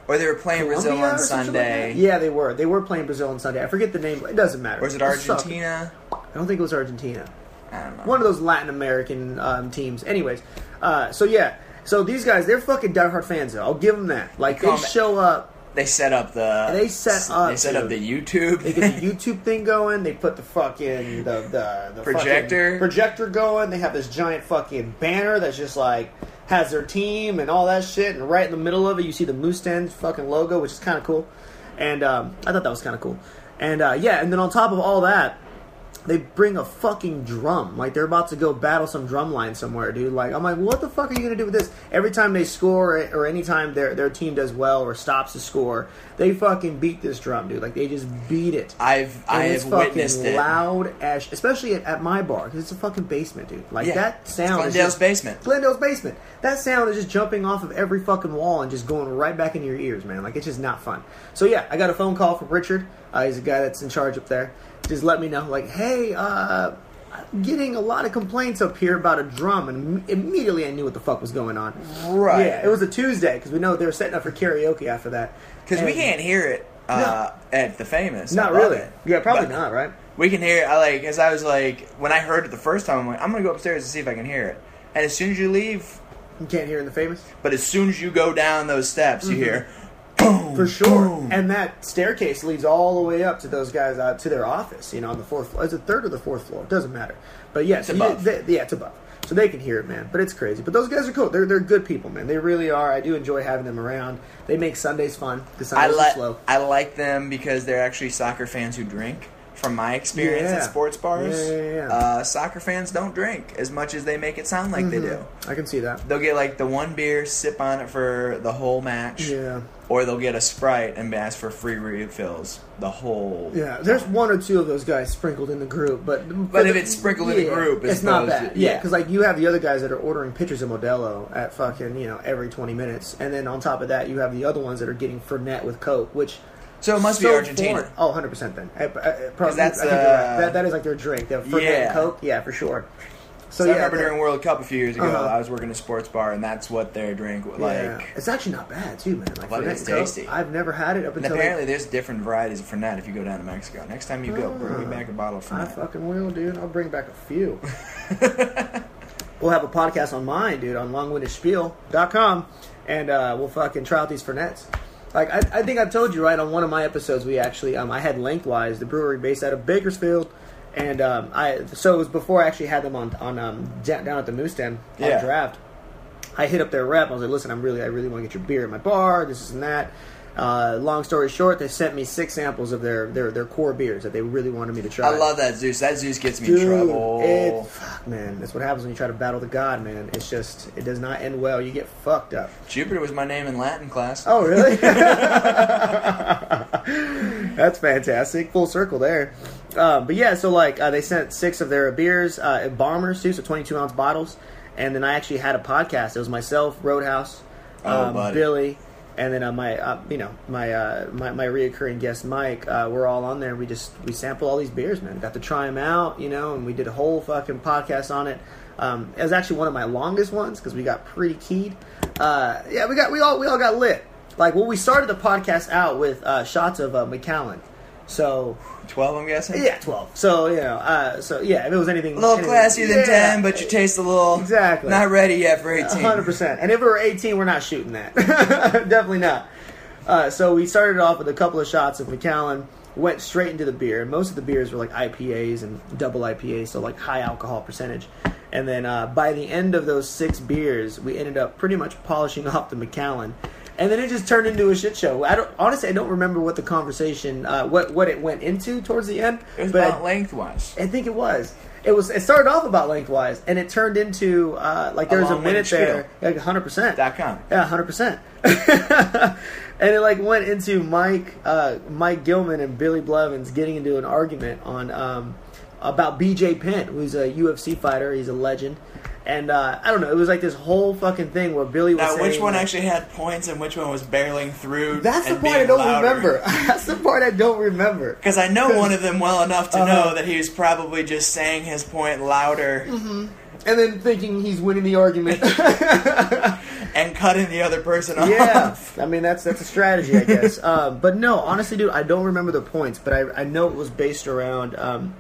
Or they were playing Brazil Colombia on or some shit like Sunday. that? yeah, they were. They were playing Brazil on Sunday. I forget the name. It doesn't matter. Or is it It's soccer. Argentina? I don't think it was Argentina. I don't know. One of those Latin American um, teams. Anyways, uh, so yeah, so these guys, they're fucking diehard fans. Though. I'll give them that. Like They they come- show up. They set up the They set up, they set up the YouTube. They get the YouTube thing going. They put the fucking the the, the Projector. fucking projector going. They have this giant fucking banner that's just like has their team and all that shit. And right in the middle of it, you see the Moose Den's fucking logo, which is kind of cool. And um, I thought that was kind of cool. And uh, yeah, and then on top of all that, they bring a fucking drum. Like they're about to go battle some drum line somewhere, dude. Like I'm like, what the fuck are you gonna do with this? Every time they score eh, or- or any time their their team does well or stops to score, they fucking beat this drum, dude. Like they just beat it. I've I And have witnessed it. loud as especially at, at my bar because it's a fucking basement, dude. Like Yeah. that It's sound. is Glendale's just- basement. Glendale's basement. That sound is just jumping off of every fucking wall and just going right back into your ears, man. Like it's just not fun. So yeah, I got a phone call from Richard. Uh, he's a guy that's in charge up there. Just let me know, like, hey, uh, I'm getting a lot of complaints up here about a drum, and im- immediately I knew what the fuck was going on. Right. Yeah, it was a Tuesday because we know they were setting up for karaoke after that. Because we And- can't hear it uh, at the famous. Not I love really. it. Yeah, probably But not. Right. We can hear it. I like as I was like when I heard it the first time. I'm like I'm gonna go upstairs and see if I can hear it. And as soon as you leave, You can't hear in the famous. but as soon as you go down those steps, Mm-hmm. you hear for sure. And that staircase leads all the way up to those guys uh, to their office. You know, on the fourth floor. It's the third or the fourth floor. It doesn't matter. But yeah, so you- above. they- yeah, it's above. So they can hear it, man. But it's crazy. But those guys are cool. They're they're good people, man. They really are. I do enjoy having them around. They make Sundays fun because I Sundays are like slow. I like them because they're actually soccer fans who drink. From my experience Yeah. at sports bars, Yeah, yeah, yeah. Uh, soccer fans don't drink as much as they make it sound like they do. I can see that. They'll get like the one beer, sip on it for the whole match. Yeah. Or they'll get a Sprite and ask for free refills the whole. Yeah, there's one or two of those guys sprinkled in the group, but But if it's sprinkled in the group, it's it's, not those- bad. Yeah, yeah. because like you have the other guys that are ordering pitchers of Modelo at fucking you know every 20 minutes, and then on top of that you have the other ones that are getting Fernet with Coke, which So it must be so Argentina. foreign. Oh, 100 percent then. I, I, I, probably, that's, I think you're right. uh, that, that is like their drink, the Fernet Yeah. and Coke. Yeah, for sure. So, So yeah, I remember that- during World Cup a few years ago, Uh-huh. I was working at a sports bar, and that's what their drink was like. yeah. it's actually not bad too, man. Like But Fernet it's and Coke, tasty. I've never had it up And until like, apparently, there's different varieties of Fernet if you go down to Mexico. Next time you go, bring me back a bottle of Ah. I Fernet. fucking will, dude. I'll bring back a few. we'll have a podcast on mine, dude, on longwindedspiel.com, and uh, we'll fucking try out these Fernets. Like, I, I think I've told you, right, on one of my episodes, we actually, um, I had Lengthwise, the brewery based out of Bakersfield, and um, I, so it was before I actually had them on, on um, da- down at the Moose Den on Yeah. draft. I hit up their rep. I was like, listen, I'm really, I really want to get your beer at my bar. This is and that. Uh, long story short, they sent me six samples of their, their their core beers that they really wanted me to try. I love that Zeus. That Zeus gets me in Dude, trouble. It, fuck, man, that's what happens when you try to battle the god, man. It's just it does not end well. You get fucked up. Jupiter was my name in Latin class. Oh, really? That's fantastic. Full circle there. Um, but yeah, so like uh, they sent six of their beers, uh, and bombers too, so 22 ounce bottles. And then I actually had a podcast. It was myself, Roadhouse, Oh, um, buddy. Billy, and then uh, my uh, you know my, uh, my my reoccurring guest Mike. Uh, we're all on there. We just we sample all these beers, man. Got to try them out, you know, and we did a whole fucking podcast on it. Um, it was actually one of my longest ones because we got pretty keyed. Uh, yeah, we got we all we all got lit. Like well, we started the podcast out with uh, shots of uh, McAllen. So 12, I'm guessing? yeah, twelve. So you know, uh, so yeah, if it was anything A little anything- classier than yeah. 10, but you taste a little. Exactly. Not ready yet for 18. hundred percent. And if we were eighteen, we're not shooting that. Definitely not. Uh, so we started off with a couple of shots of McAllen, went straight into the beer. And most of the beers were like IPAs and double IPAs, so like high alcohol percentage. And then uh, by the end of those six beers, we ended up pretty much polishing off the McAllen. And then it just turned into a shit show. I don't honestly, I don't remember what the conversation, uh, what what it went into towards the end. It was but I about lengthwise. I think it was. It was. It started off about lengthwise, and it turned into uh, like there was a long-winded minute there, like hundred percent. Dot com. Yeah, hundred percent. And it like went into Mike, uh, Mike Gilman and Billy Blevins getting into an argument on um, about BJ Penn, who's a UFC fighter. He's a legend, and uh, I don't know. It was like this whole fucking thing where Billy was Now, saying, which one like, actually had points and which one was barreling through? That's the and part I being don't louder? remember. That's the part I don't remember. Because I know one of them well enough to know Uh-huh. Mm-hmm. that he was probably just saying his point louder And then thinking he's winning the argument. and cutting the other person off. Yeah, I mean that's that's a strategy, I guess. um, but no, honestly, dude, I don't remember the points, but I, I know it was based around um,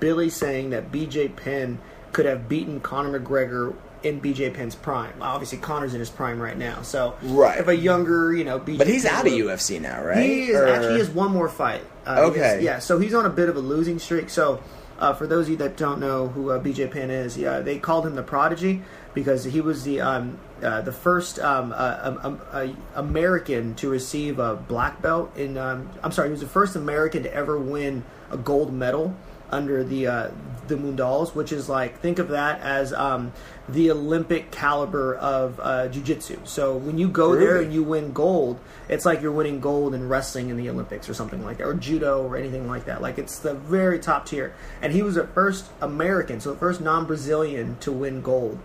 Billy saying that B.J. Penn could have beaten Conor McGregor in BJ Penn's prime. Obviously, Connor's in his prime right now. So Right. if a younger, you know, BJ But he's Penn out of would- UFC now, right? He is Or- actually he has one more fight. Uh, he Okay. is- yeah, so he's on a bit of a losing streak. So uh, for those of you that don't know who uh, BJ Penn is, yeah, they called him the prodigy because he was the um, uh, the first um, uh, um, um, uh, American to receive a black belt in. Um, I'm sorry, he was the first American to ever win a gold medal under the uh, the Mundals, which is like think of that as um, the Olympic caliber of uh, jiu-jitsu. So when you go there Really? and you win gold, it's like you're winning gold in wrestling in the Olympics or something like that, or judo or anything like that. Like it's the very top tier. And he was the first American, so the first non-Brazilian to win gold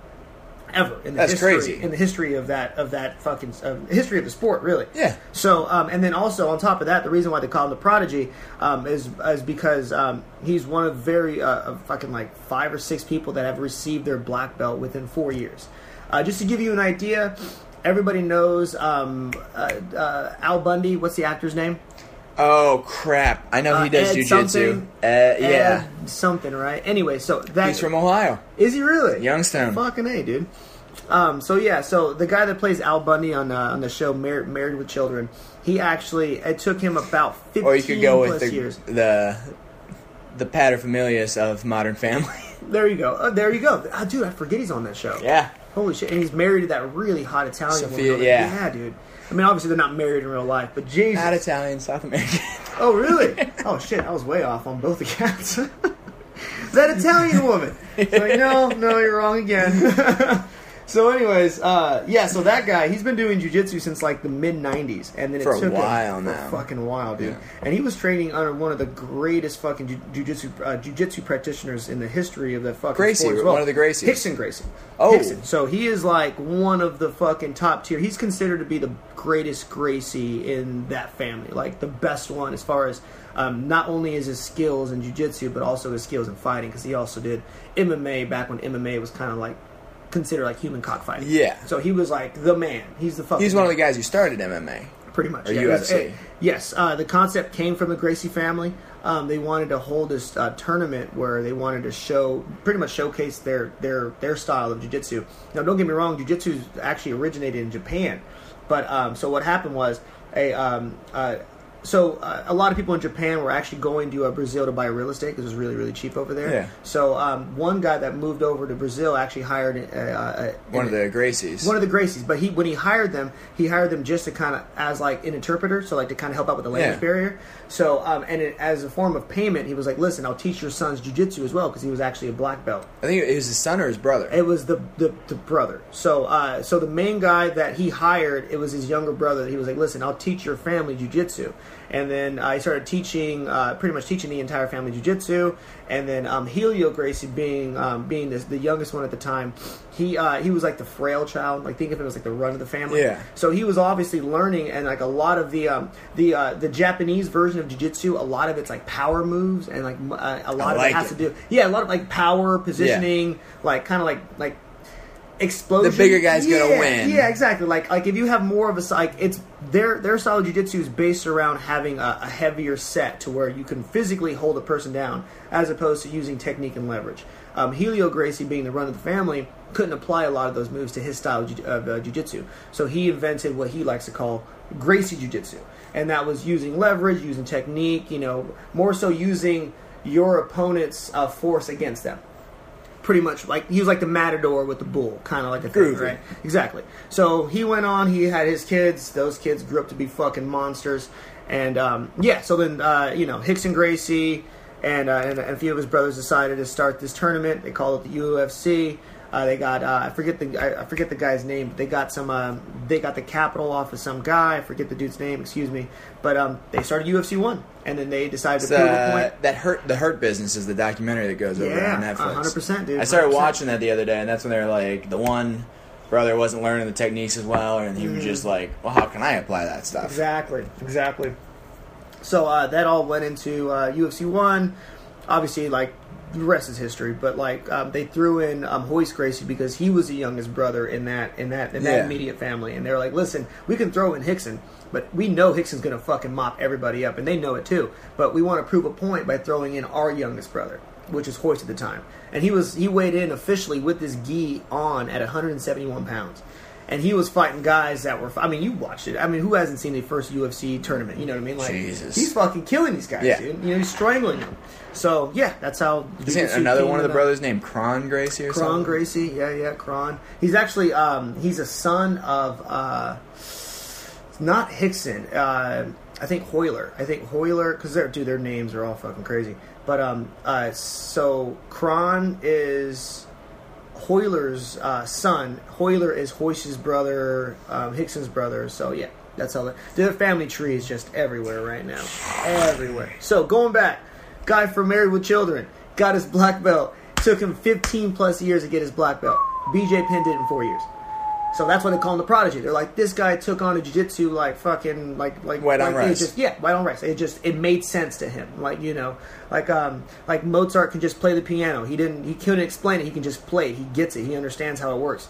ever in the That's history crazy. in the history of that of that fucking of history of the sport, really. Yeah. So, um, and then also on top of that, the reason why they call him the prodigy um, is is because um, he's one of very uh, of fucking like five or six people that have received their black belt within four years. Uh, just to give you an idea, everybody knows um, uh, uh, Al Bundy. What's the actor's name? Oh crap! I know he does Uh, Ed jujitsu. something. Uh, yeah, Ed something right. Anyway, so that he's from Ohio. Is he really? Youngstown. Fucking A, dude. Um, so yeah, so the guy that plays Al Bundy on uh, on the show Mar- Married with Children, he actually it took him about fifteen Or you could go with plus the years. the the paterfamilias of Modern Family. There you go. Uh, there you go. Ah, dude, I forget he's on that show. yeah, Holy shit! And he's married to that really hot Italian Sophia, woman. yeah. dude. I mean, obviously they're not married in real life, but Jesus. not Italian, South American. Oh, really? Oh, shit. I was way off on both accounts. that Italian woman. It's like, no, no, you're wrong again. so, anyways, uh, yeah, so that guy, he's been doing jujitsu since like the mid 90s. And then it For a took him- while for now. fucking while, dude. Yeah. And he was training under one of the greatest fucking ju- jujitsu uh, jujitsu practitioners in the history of the fucking Gracie, sport as well. one of the Gracies. Hickson Gracie. Oh. Hickson. So he is like one of the fucking top tier. He's considered to be the greatest Gracie in that family, like the best one as far as um, not only is his skills in jujitsu, but also his skills in fighting because he also did MMA back when MMA was kind of like considered like human cockfighting. Yeah. So he was like the man. He's the fucking. He's one of man the guys who started MMA. pretty much. Or yeah. It was- UFC. it- yes, uh, the concept came from the Gracie family. Um, they wanted to hold this uh, tournament where they wanted to show, pretty much showcase their their their style of jujitsu. Now, don't get me wrong, jujitsu actually originated in Japan, but um, so what happened was a. Um, uh, so uh, a lot of people in Japan were actually going to uh, Brazil to buy real estate because it was really really cheap over there. Yeah. So um, one guy that moved over to Brazil actually hired a, a, a, One of the Gracies. one of the Gracies, but he when he hired them, he hired them just to kind of as like an interpreter, so like to kind of help out with the language Yeah. barrier. So um, and it, as a form of payment, he was like, "Listen, I'll teach your son's jujitsu as well," because he was actually a black belt. I think it was his son or his brother. It was the the, the brother. So uh, so the main guy that he hired, it was his younger brother. He was like, "Listen, I'll teach your family jujitsu," and then I started teaching, uh, pretty much teaching the entire family jujitsu. And then um, Helio Gracie, being um, being this, the youngest one at the time, he uh, he was like the frail child. Like think of him as like the run of the family. Yeah. So he was obviously learning, and like a lot of the um, the uh, the Japanese version of jujitsu, a lot of it's like power moves, and like mu- uh, a lot of like it has it. to do yeah, a lot of like power positioning, like kind of like like explosion. The bigger guy's yeah, gonna win. Yeah, exactly. Like like if you have more of a s- like it's their their style of jujitsu is based around having a, a heavier set to where you can physically hold a person down as opposed to using technique and leverage. Um, Helio Gracie, being the run of the family, couldn't apply a lot of those moves to his style of, jiu- of uh, jujitsu. So he invented what he likes to call Gracie jujitsu, and that was using leverage, using technique. You know, more so using your opponent's uh, force against them pretty much like he was like the matador with the bull, kind of like a thing, Groovy. right? Exactly. So he went on. He had his kids. Those kids grew up to be fucking monsters, and um, yeah. So then uh, you know Hicks and Gracie and, uh, and and a few of his brothers decided to start this tournament. They called it the UFC. Uh, they got uh, I forget the I, I forget the guy's name, but they got some um, they got the capital off of some guy. I forget the dude's name. Excuse me, but um, they started UFC one, and then they decided to It's, prove a uh, point. that hurt the hurt business is the documentary that goes over Yeah, on Netflix. 100%, dude, I started 100%. watching that the other day, and that's when they were like, the one brother wasn't learning the techniques as well, and he was just like, well, how can I apply that stuff? Mm-hmm. Exactly. Exactly. So uh, that all went into uh, UFC one. Obviously, like the rest is history. But like um, they threw in um, Hoist Gracie because he was the youngest brother in that in that in Yeah. that immediate family, and they're like, listen, we can throw in Hickson. But we know Hickson's gonna fucking mop everybody up, and they know it too. But we want to prove a point by throwing in our youngest brother, which was Hoist at the time, and he was he weighed in officially with this gi on at 171 pounds, and he was fighting guys that were. I mean, you watched it. I mean, who hasn't seen the first UFC tournament? You know what I mean? Like Jesus. he's fucking killing these guys, Yeah. dude. You know, he's strangling them. So yeah, that's how. Isn't Jiu-Jitsu another came one of the about. brothers named Kron Gracie or Kron something? Gracie, yeah, yeah, Kron. He's actually um, he's a son of uh, not Hickson. Uh, I think Hoyler. I think Hoyler because they're dude, their names are all fucking crazy. But um, uh, so Kron is Hoyler's uh, son. Hoyler is Hoyce's brother, um, Hickson's brother. So yeah, that's how. They, their family tree is just everywhere right now, everywhere. So going back, guy from Married with Children got his black belt. Took him 15 plus years to get his black belt. BJ Penn did it in four years. So that's why they call him the prodigy. They're like, this guy took on a jiu-jitsu like fucking like like White on like, it rice. Just, yeah, white on rice. It just it made sense to him. Like you know, like um like Mozart can just play the piano. He didn't he couldn't explain it. He can just play. it. He gets it. He understands how it works.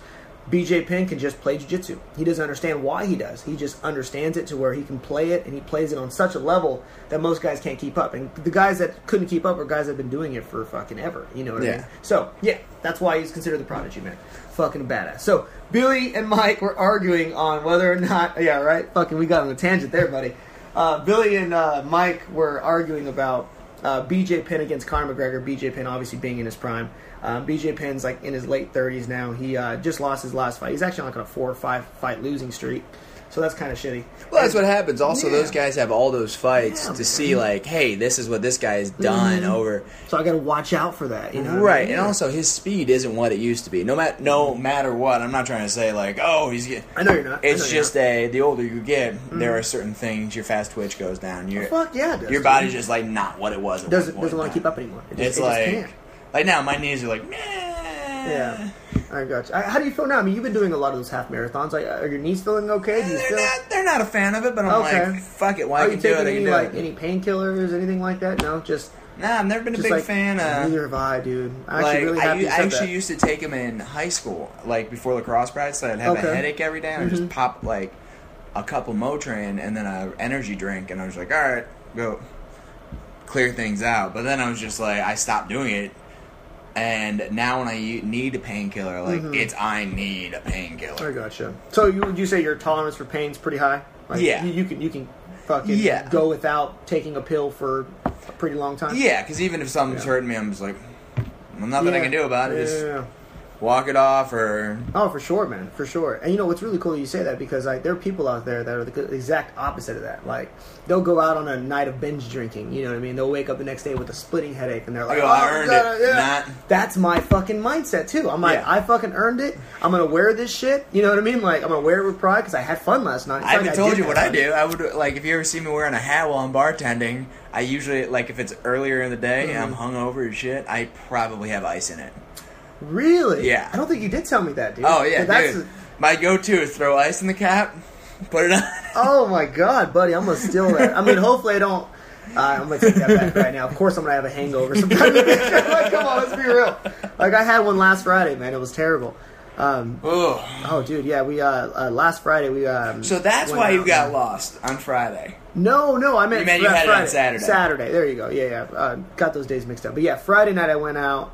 BJ Penn can just play jiu-jitsu. He doesn't understand why he does. He just understands it to where he can play it and he plays it on such a level that most guys can't keep up. And the guys that couldn't keep up are guys that have been doing it for fucking ever. You know what I Yeah. mean? So yeah, that's why he's considered the prodigy man. Fucking badass. So Billy and Mike were arguing on whether or not yeah right. Fucking we got on a tangent there, buddy. Uh, Billy and uh, Mike were arguing about uh, BJ Penn against Conor McGregor. BJ Penn obviously being in his prime. Um, BJ Penn's like in his late thirties now. He uh, just lost his last fight. He's actually on like a four or five fight losing streak. So that's kind of shitty. Well, that's what happens. Also, Yeah. those guys have all those fights Yeah, to see, like, hey, this is what this guy has done over. So I got to watch out for that. You know what I Right, mean? and also his speed isn't what it used to be. No matter no matter what, I'm not trying to say like, oh, he's. Get-. I know you're not. I know It's you're just a the older you get, there are certain things your fast twitch goes down. Your Mm. Fuck yeah, it does, your dude. body's just like not what it was. At doesn't one doesn't want point to keep in up time. anymore. It It's just, it like just can't. like now my knees are like meh. Yeah, yeah. I got you. I, how do you feel now? I mean, you've been doing a lot of those half marathons. Like, are your knees feeling okay? Do you They're feel? not, they're not a fan of it, but I'm Okay. like, fuck it, why Are I you can do it, taking I can any do like it. any painkillers, anything like that? No, just nah, I've never been a just big like fan of neither have I, dude. I like actually really I, happy. u- you I said actually that. used to take them in high school, like before lacrosse practice. I'd have Okay. Mm-hmm. a headache every day, and I'd just pop like a couple Motrin and then a energy drink, and I was like, all right, go clear things out. But then I was just like, I stopped doing it, and now when I u- need a painkiller, like Mm-hmm. it's I need a I painkiller. gotcha. So you would you say your tolerance for pain's pretty high? Like, Yeah. you, you can you can fucking Yeah. go without taking a pill for a pretty long time. Yeah, because even if something's Yeah. hurting me, I'm just like, well, nothing I Yeah. can do about it. Yeah, Just yeah, yeah. walk it off or Oh, for sure, man, for sure. And you know what's really cool? You say that because like there are people out there that are the exact opposite of that. Like they'll go out on a night of binge drinking. You know what I mean? They'll wake up the next day with a splitting headache, and they're like, Oh, I "Oh, earned God, it." yeah." Not- That's my fucking mindset too. I'm like, Yeah. I fucking earned it. I'm gonna wear this shit. You know what I mean? Like I'm gonna wear it with pride because I had fun last night. It's I like haven't told did you what have I do. I would like if you ever see me wearing a hat while I'm bartending. I usually like if it's earlier in the day and I'm Mm. hungover and shit. I probably have ice in it. fun. Really? Yeah. I don't think you did tell me that, dude. Oh yeah, But that's dude. My go-to is throw ice in the cap, put it on. Oh my god, buddy, I'm gonna steal that. I mean, hopefully I don't. Uh, I'm gonna take that back right now. Of course, I'm gonna have a hangover sometime. in the future. like, come on, let's be real. Like I had one last Friday, man. It was terrible. Um, Oh, oh, dude, yeah, we uh, uh, last Friday we. Um, so that's went why you out, got man. lost on Friday. No, no, I meant, You meant you Fri- had it on Friday. Saturday. Saturday, there you go. Yeah, yeah. Uh, got those days mixed up. But yeah, Friday night I went out.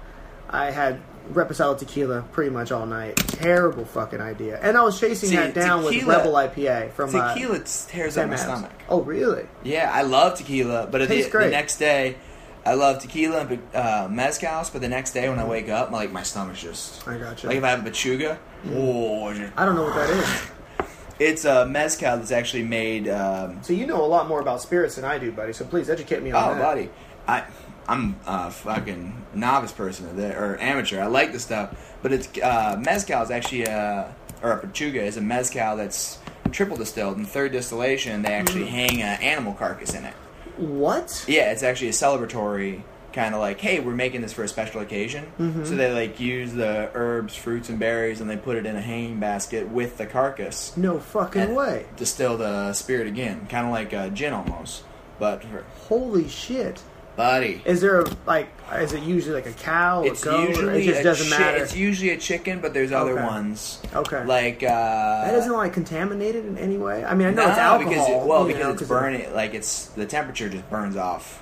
I had Reposado tequila pretty much all night. Terrible fucking idea. And I was chasing See, that down tequila- with Rebel IPA from uh, Tequila tears up Sam my Adams. stomach. Oh, really? Yeah, I love tequila, but the, Tastes the great. next day, I love tequila and uh, mezcal. But the next day when I wake up, like my stomach's just. I gotcha. Mm. Like if I have a pachuga, oh, it's just I don't know what that is. It's a mezcal that's actually made. Um, So you know a lot more about spirits than I do, buddy. So please educate me on oh, that. buddy, I I'm a fucking novice person of that- or amateur. I like the stuff, but it's uh, mezcal is actually a or a pachuga is a mezcal that's triple distilled. In third distillation, they actually hang an animal carcass in it. What? Yeah, it's actually a celebratory kind of like, hey, we're making this for a special occasion. So they like use the herbs, fruits, and berries, and they put it in a hanging basket with the carcass. No fucking and way. Distill the spirit again, kind of like uh, gin almost, but for, Holy shit. buddy, Is there a like? Is it usually like a cow? it's a goat? or usually it just a doesn't chi- matter. It's usually a chicken, but there's other Okay. ones. Okay. like uh, that isn't like contaminated in any way. I mean, I know it's no, alcohol. because well you because know, it's 'cause burning like it's the temperature just burns off.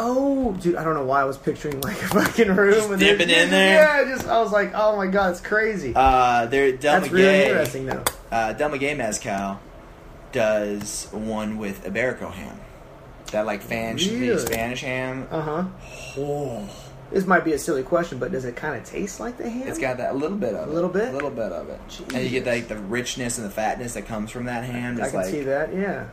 Oh, dude, I don't know why I was picturing like a fucking room Just and dip then- it in there? Yeah, just I was like, oh my god, it's crazy. Uh, there, Del That's really Maguey, interesting though. uh, Del Maguey Mezcal does one with Iberico ham, that like fan Really? Spanish ham. Uh huh. Oh, This might be a silly question, but does it kind of taste like the ham? it's got that little bit of A little it, bit? a little bit of it, and you get Jesus. like the richness and the fatness that comes from that ham. I Just can like, see that. Yeah,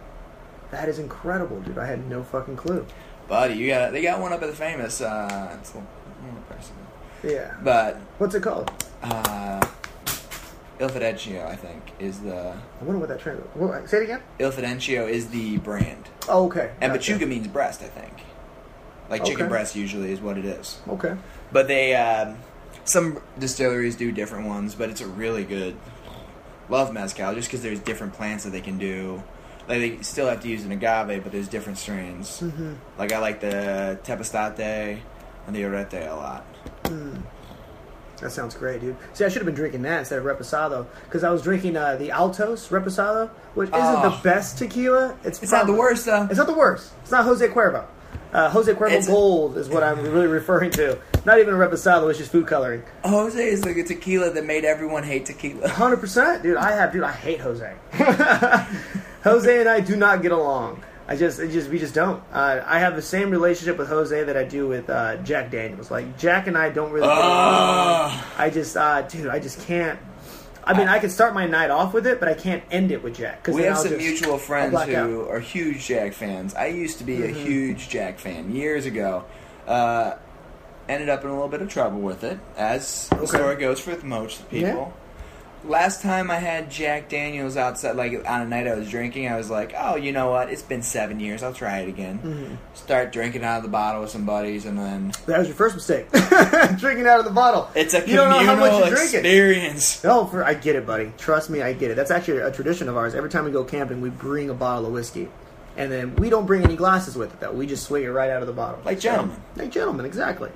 that is incredible, dude. I had no fucking clue. buddy, you got they got one up at the famous. Uh, it's a little, little person, Yeah. but What's it called? uh, Il Fidencio, I think, is the I wonder what that translates. What, say it again. Il Fidencio is the brand, Oh, okay. and Gotcha. Pachuca means breast, I think. Like chicken Okay. breast usually is what it is. Okay. But they, um, some distilleries do different ones, but it's a really good. Love mezcal just because there's different plants that they can do. Like they still have to use an agave, but there's different strains. Mm-hmm. Like I like the Tepestate and the Orete a lot. That sounds great, dude. See, I should have been drinking that instead of reposado because I was drinking uh, the Altos reposado, which isn't the Oh. best tequila. It's, It's not the probably- worst though. It's not the worst. It's not Jose Cuervo. Uh, Jose Cuervo It's- Gold is what I'm really referring to. Not even reposado; it's just food coloring. Jose is the tequila that made everyone hate tequila. Hundred percent, dude. I have, dude. I hate Jose. Jose and I do not get along. I just, it just, we just don't. Uh, I have the same relationship with Jose that I do with uh, Jack Daniels. Like Jack and I don't really. get along. Ah. I just, uh, dude, I just can't. I mean, I could start my night off with it, but I can't end it with Jack. 'cause We then have I'll some just- mutual friends black who are huge Jack fans. I used to be a Mm-hmm. huge Jack fan years ago. Uh, ended up in a little bit of trouble with it, as the Okay. story goes with most people. Last time I had Jack Daniels outside, like on a night I was drinking, I was like, "Oh, you know what? It's been seven years. I'll try it again." Mm-hmm. Start drinking out of the bottle with some buddies, and then That was your first mistake, drinking out of the bottle. it's a you don't know how much communal you drink it. experience. No, Oh, for, I get it, buddy. Trust me, I get it. That's actually a tradition of ours. Every time we go camping, we bring a bottle of whiskey, and then we don't bring any glasses with it. Though we just swig it right out of the bottle, Like gentlemen. Like gentlemen, exactly.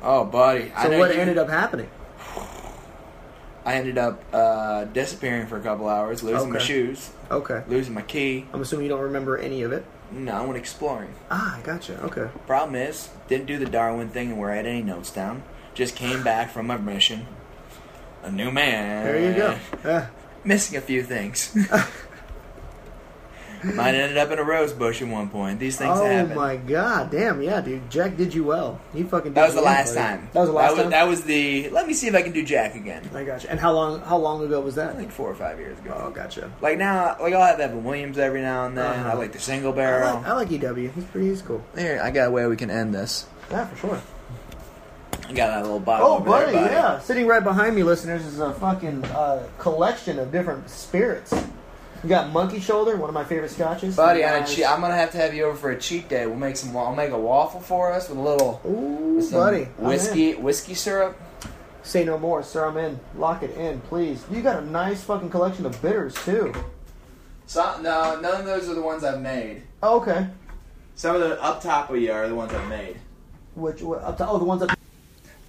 Oh, buddy! I So know what you- ended up happening? I ended up uh, disappearing for a couple hours, losing my Okay. shoes, Okay, losing my key. I'm assuming you don't remember any of it. No, I went exploring. Ah, I gotcha. Okay, Problem is, didn't do the Darwin thing and where I had any notes down. Just came back from my mission. A new man. there you go. Eh. Eh. Ah, Missing a few things. Mine ended up in a rose bush at one point. These things oh happen. my god, damn, yeah, dude. Jack did you well. He fucking. Did That was you the well, last buddy. time. That was the last that time. That was the. Let me see if I can do Jack again. I gotcha. And how long? How long ago was that? Like four or five years ago. Oh, gotcha. Like now, like I'll have Evan Williams every now and then. Uh-huh. I like the single I barrel. like, I like EW. He's pretty. He's cool. Here, I got a way we can end this. Yeah, for sure. I got that little bottle. Oh, over buddy, there, yeah. Sitting right behind me, listeners, is a fucking uh, collection of different spirits. We got Monkey Shoulder, one of my favorite scotches. Buddy, on a Nice. che- I'm gonna have to have you over for a cheat day. We'll make some. wa- I'll make a waffle for us with a little Ooh, some buddy. I'm in. whiskey, whiskey syrup. Say no more, sir. I'm in. Lock it in, please. You got a nice fucking collection of bitters, too. So, no, none of those are the ones I've made. Oh, okay. Some of the up top of you are the ones I've made. Which, what, up to, oh, the ones up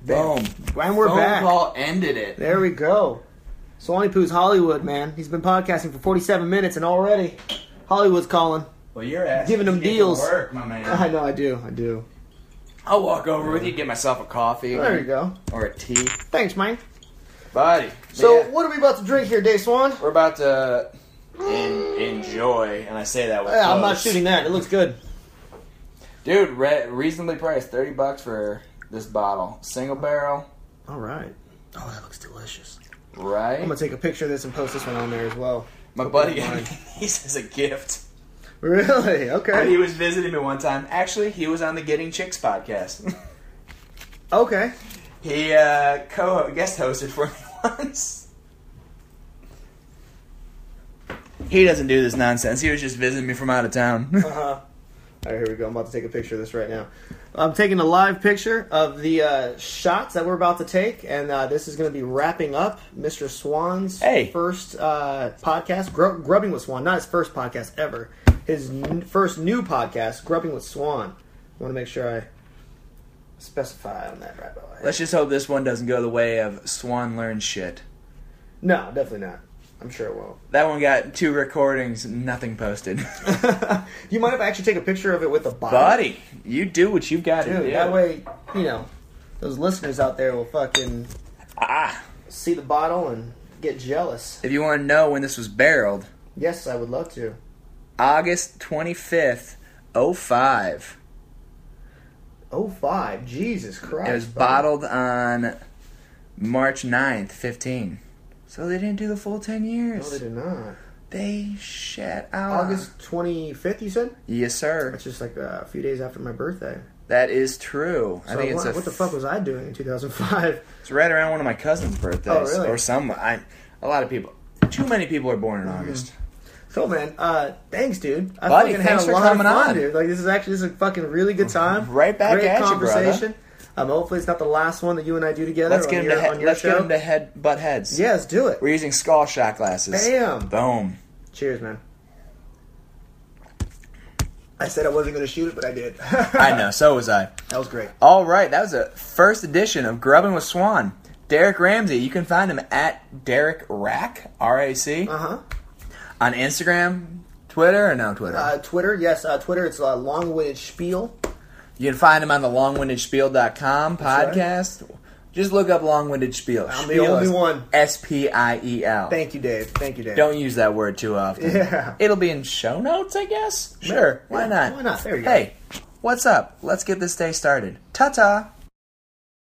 Boom. And we're Phone back. call ended it. There we go. Swanee Pooh's Hollywood, man. He's been podcasting for 47 minutes, and already Hollywood's calling. Well, you're asking. Giving them to get to deals. Work, my man. I know, I do. I do. I'll walk over with you, get myself a coffee There you go. or a tea, Thanks, man. buddy. So, yeah, what are we about to drink here, Dave Swan? we're about to en- enjoy, and I say that with. Yeah, I'm not quotes. shooting that. It looks good. Dude, re- reasonably priced, thirty bucks for this bottle, single barrel, All right. Oh, that looks delicious. right? I'm gonna take a picture of this and post this one on there as well. My buddy got me these as a gift. Really? He Okay. was visiting me one time. Actually, he was on the Getting Chicks podcast. Okay. he uh, co guest hosted for me once. He doesn't do this nonsense. He was just visiting me from out of town. Uh huh. All right, here we go. I'm about to take a picture of this right now. I'm taking a live picture of the uh, shots that we're about to take, and uh, this is going to be wrapping up Mr. Swan's Hey. first uh, podcast, Gr- Grubbing with Swan. Not his first podcast ever. His n- first new podcast, Grubbing with Swan. I want to make sure I specify on that right away. Let's just hope this one doesn't go the way of Swan learns shit. No, definitely not. I'm sure it won't. That one got two recordings, nothing posted. you mind if I actually take a picture of it with a body? Buddy, you do what you've got to Dude, do. that way, you know, those listeners out there will fucking ah, see the bottle and get jealous. if you want to know when this was barreled, Yes, I would love to. August 25th, 05. Oh five, Jesus Christ. It was buddy. bottled on March 9th, 15. So they didn't do the full 10 No, they years. did not. they shat out. August 25th, you said? Yes, sir. That's just like uh, a few days after my birthday. That is true. I So think it's what, a what the fuck was I doing in 2005? It's right around one of my cousin's birthdays, Oh, really? or some. I, a lot of people. Too many people are born in Mm-hmm. August. So man, uh, thanks, dude. I Buddy, fucking thanks had for a lot of coming fun, on. dude. Like this is actually this is a fucking really good time. Right back Great at you, conversation. um, hopefully it's not the last one that you and I do together. Let's on get them your, to on head. your Let's show. get them to head butt heads. Yeah, let's do it. we're using skull shot glasses. Bam. Boom. Cheers, man. I said I wasn't gonna shoot it, but I did. I know. So was I. That was great. All right, that was a first edition of Grubbing with Swan. Derek Ramsey. You can find him at Derek Rack R A C Uh huh. on Instagram, Twitter, or no Twitter. Uh, Twitter, yes, uh, Twitter. It's uh, long-winded spiel. you can find him on the longwindedspiel.com right. podcast. Just look up longwinded spiel. I'm the only one. S P I E L. Thank you, Dave. Thank you, Dave. Don't use that word too often. Yeah. It'll be in show notes, I guess. Sure. Why Yeah, not? why not? There you go. hey, what's up? Let's get this day started. Ta ta.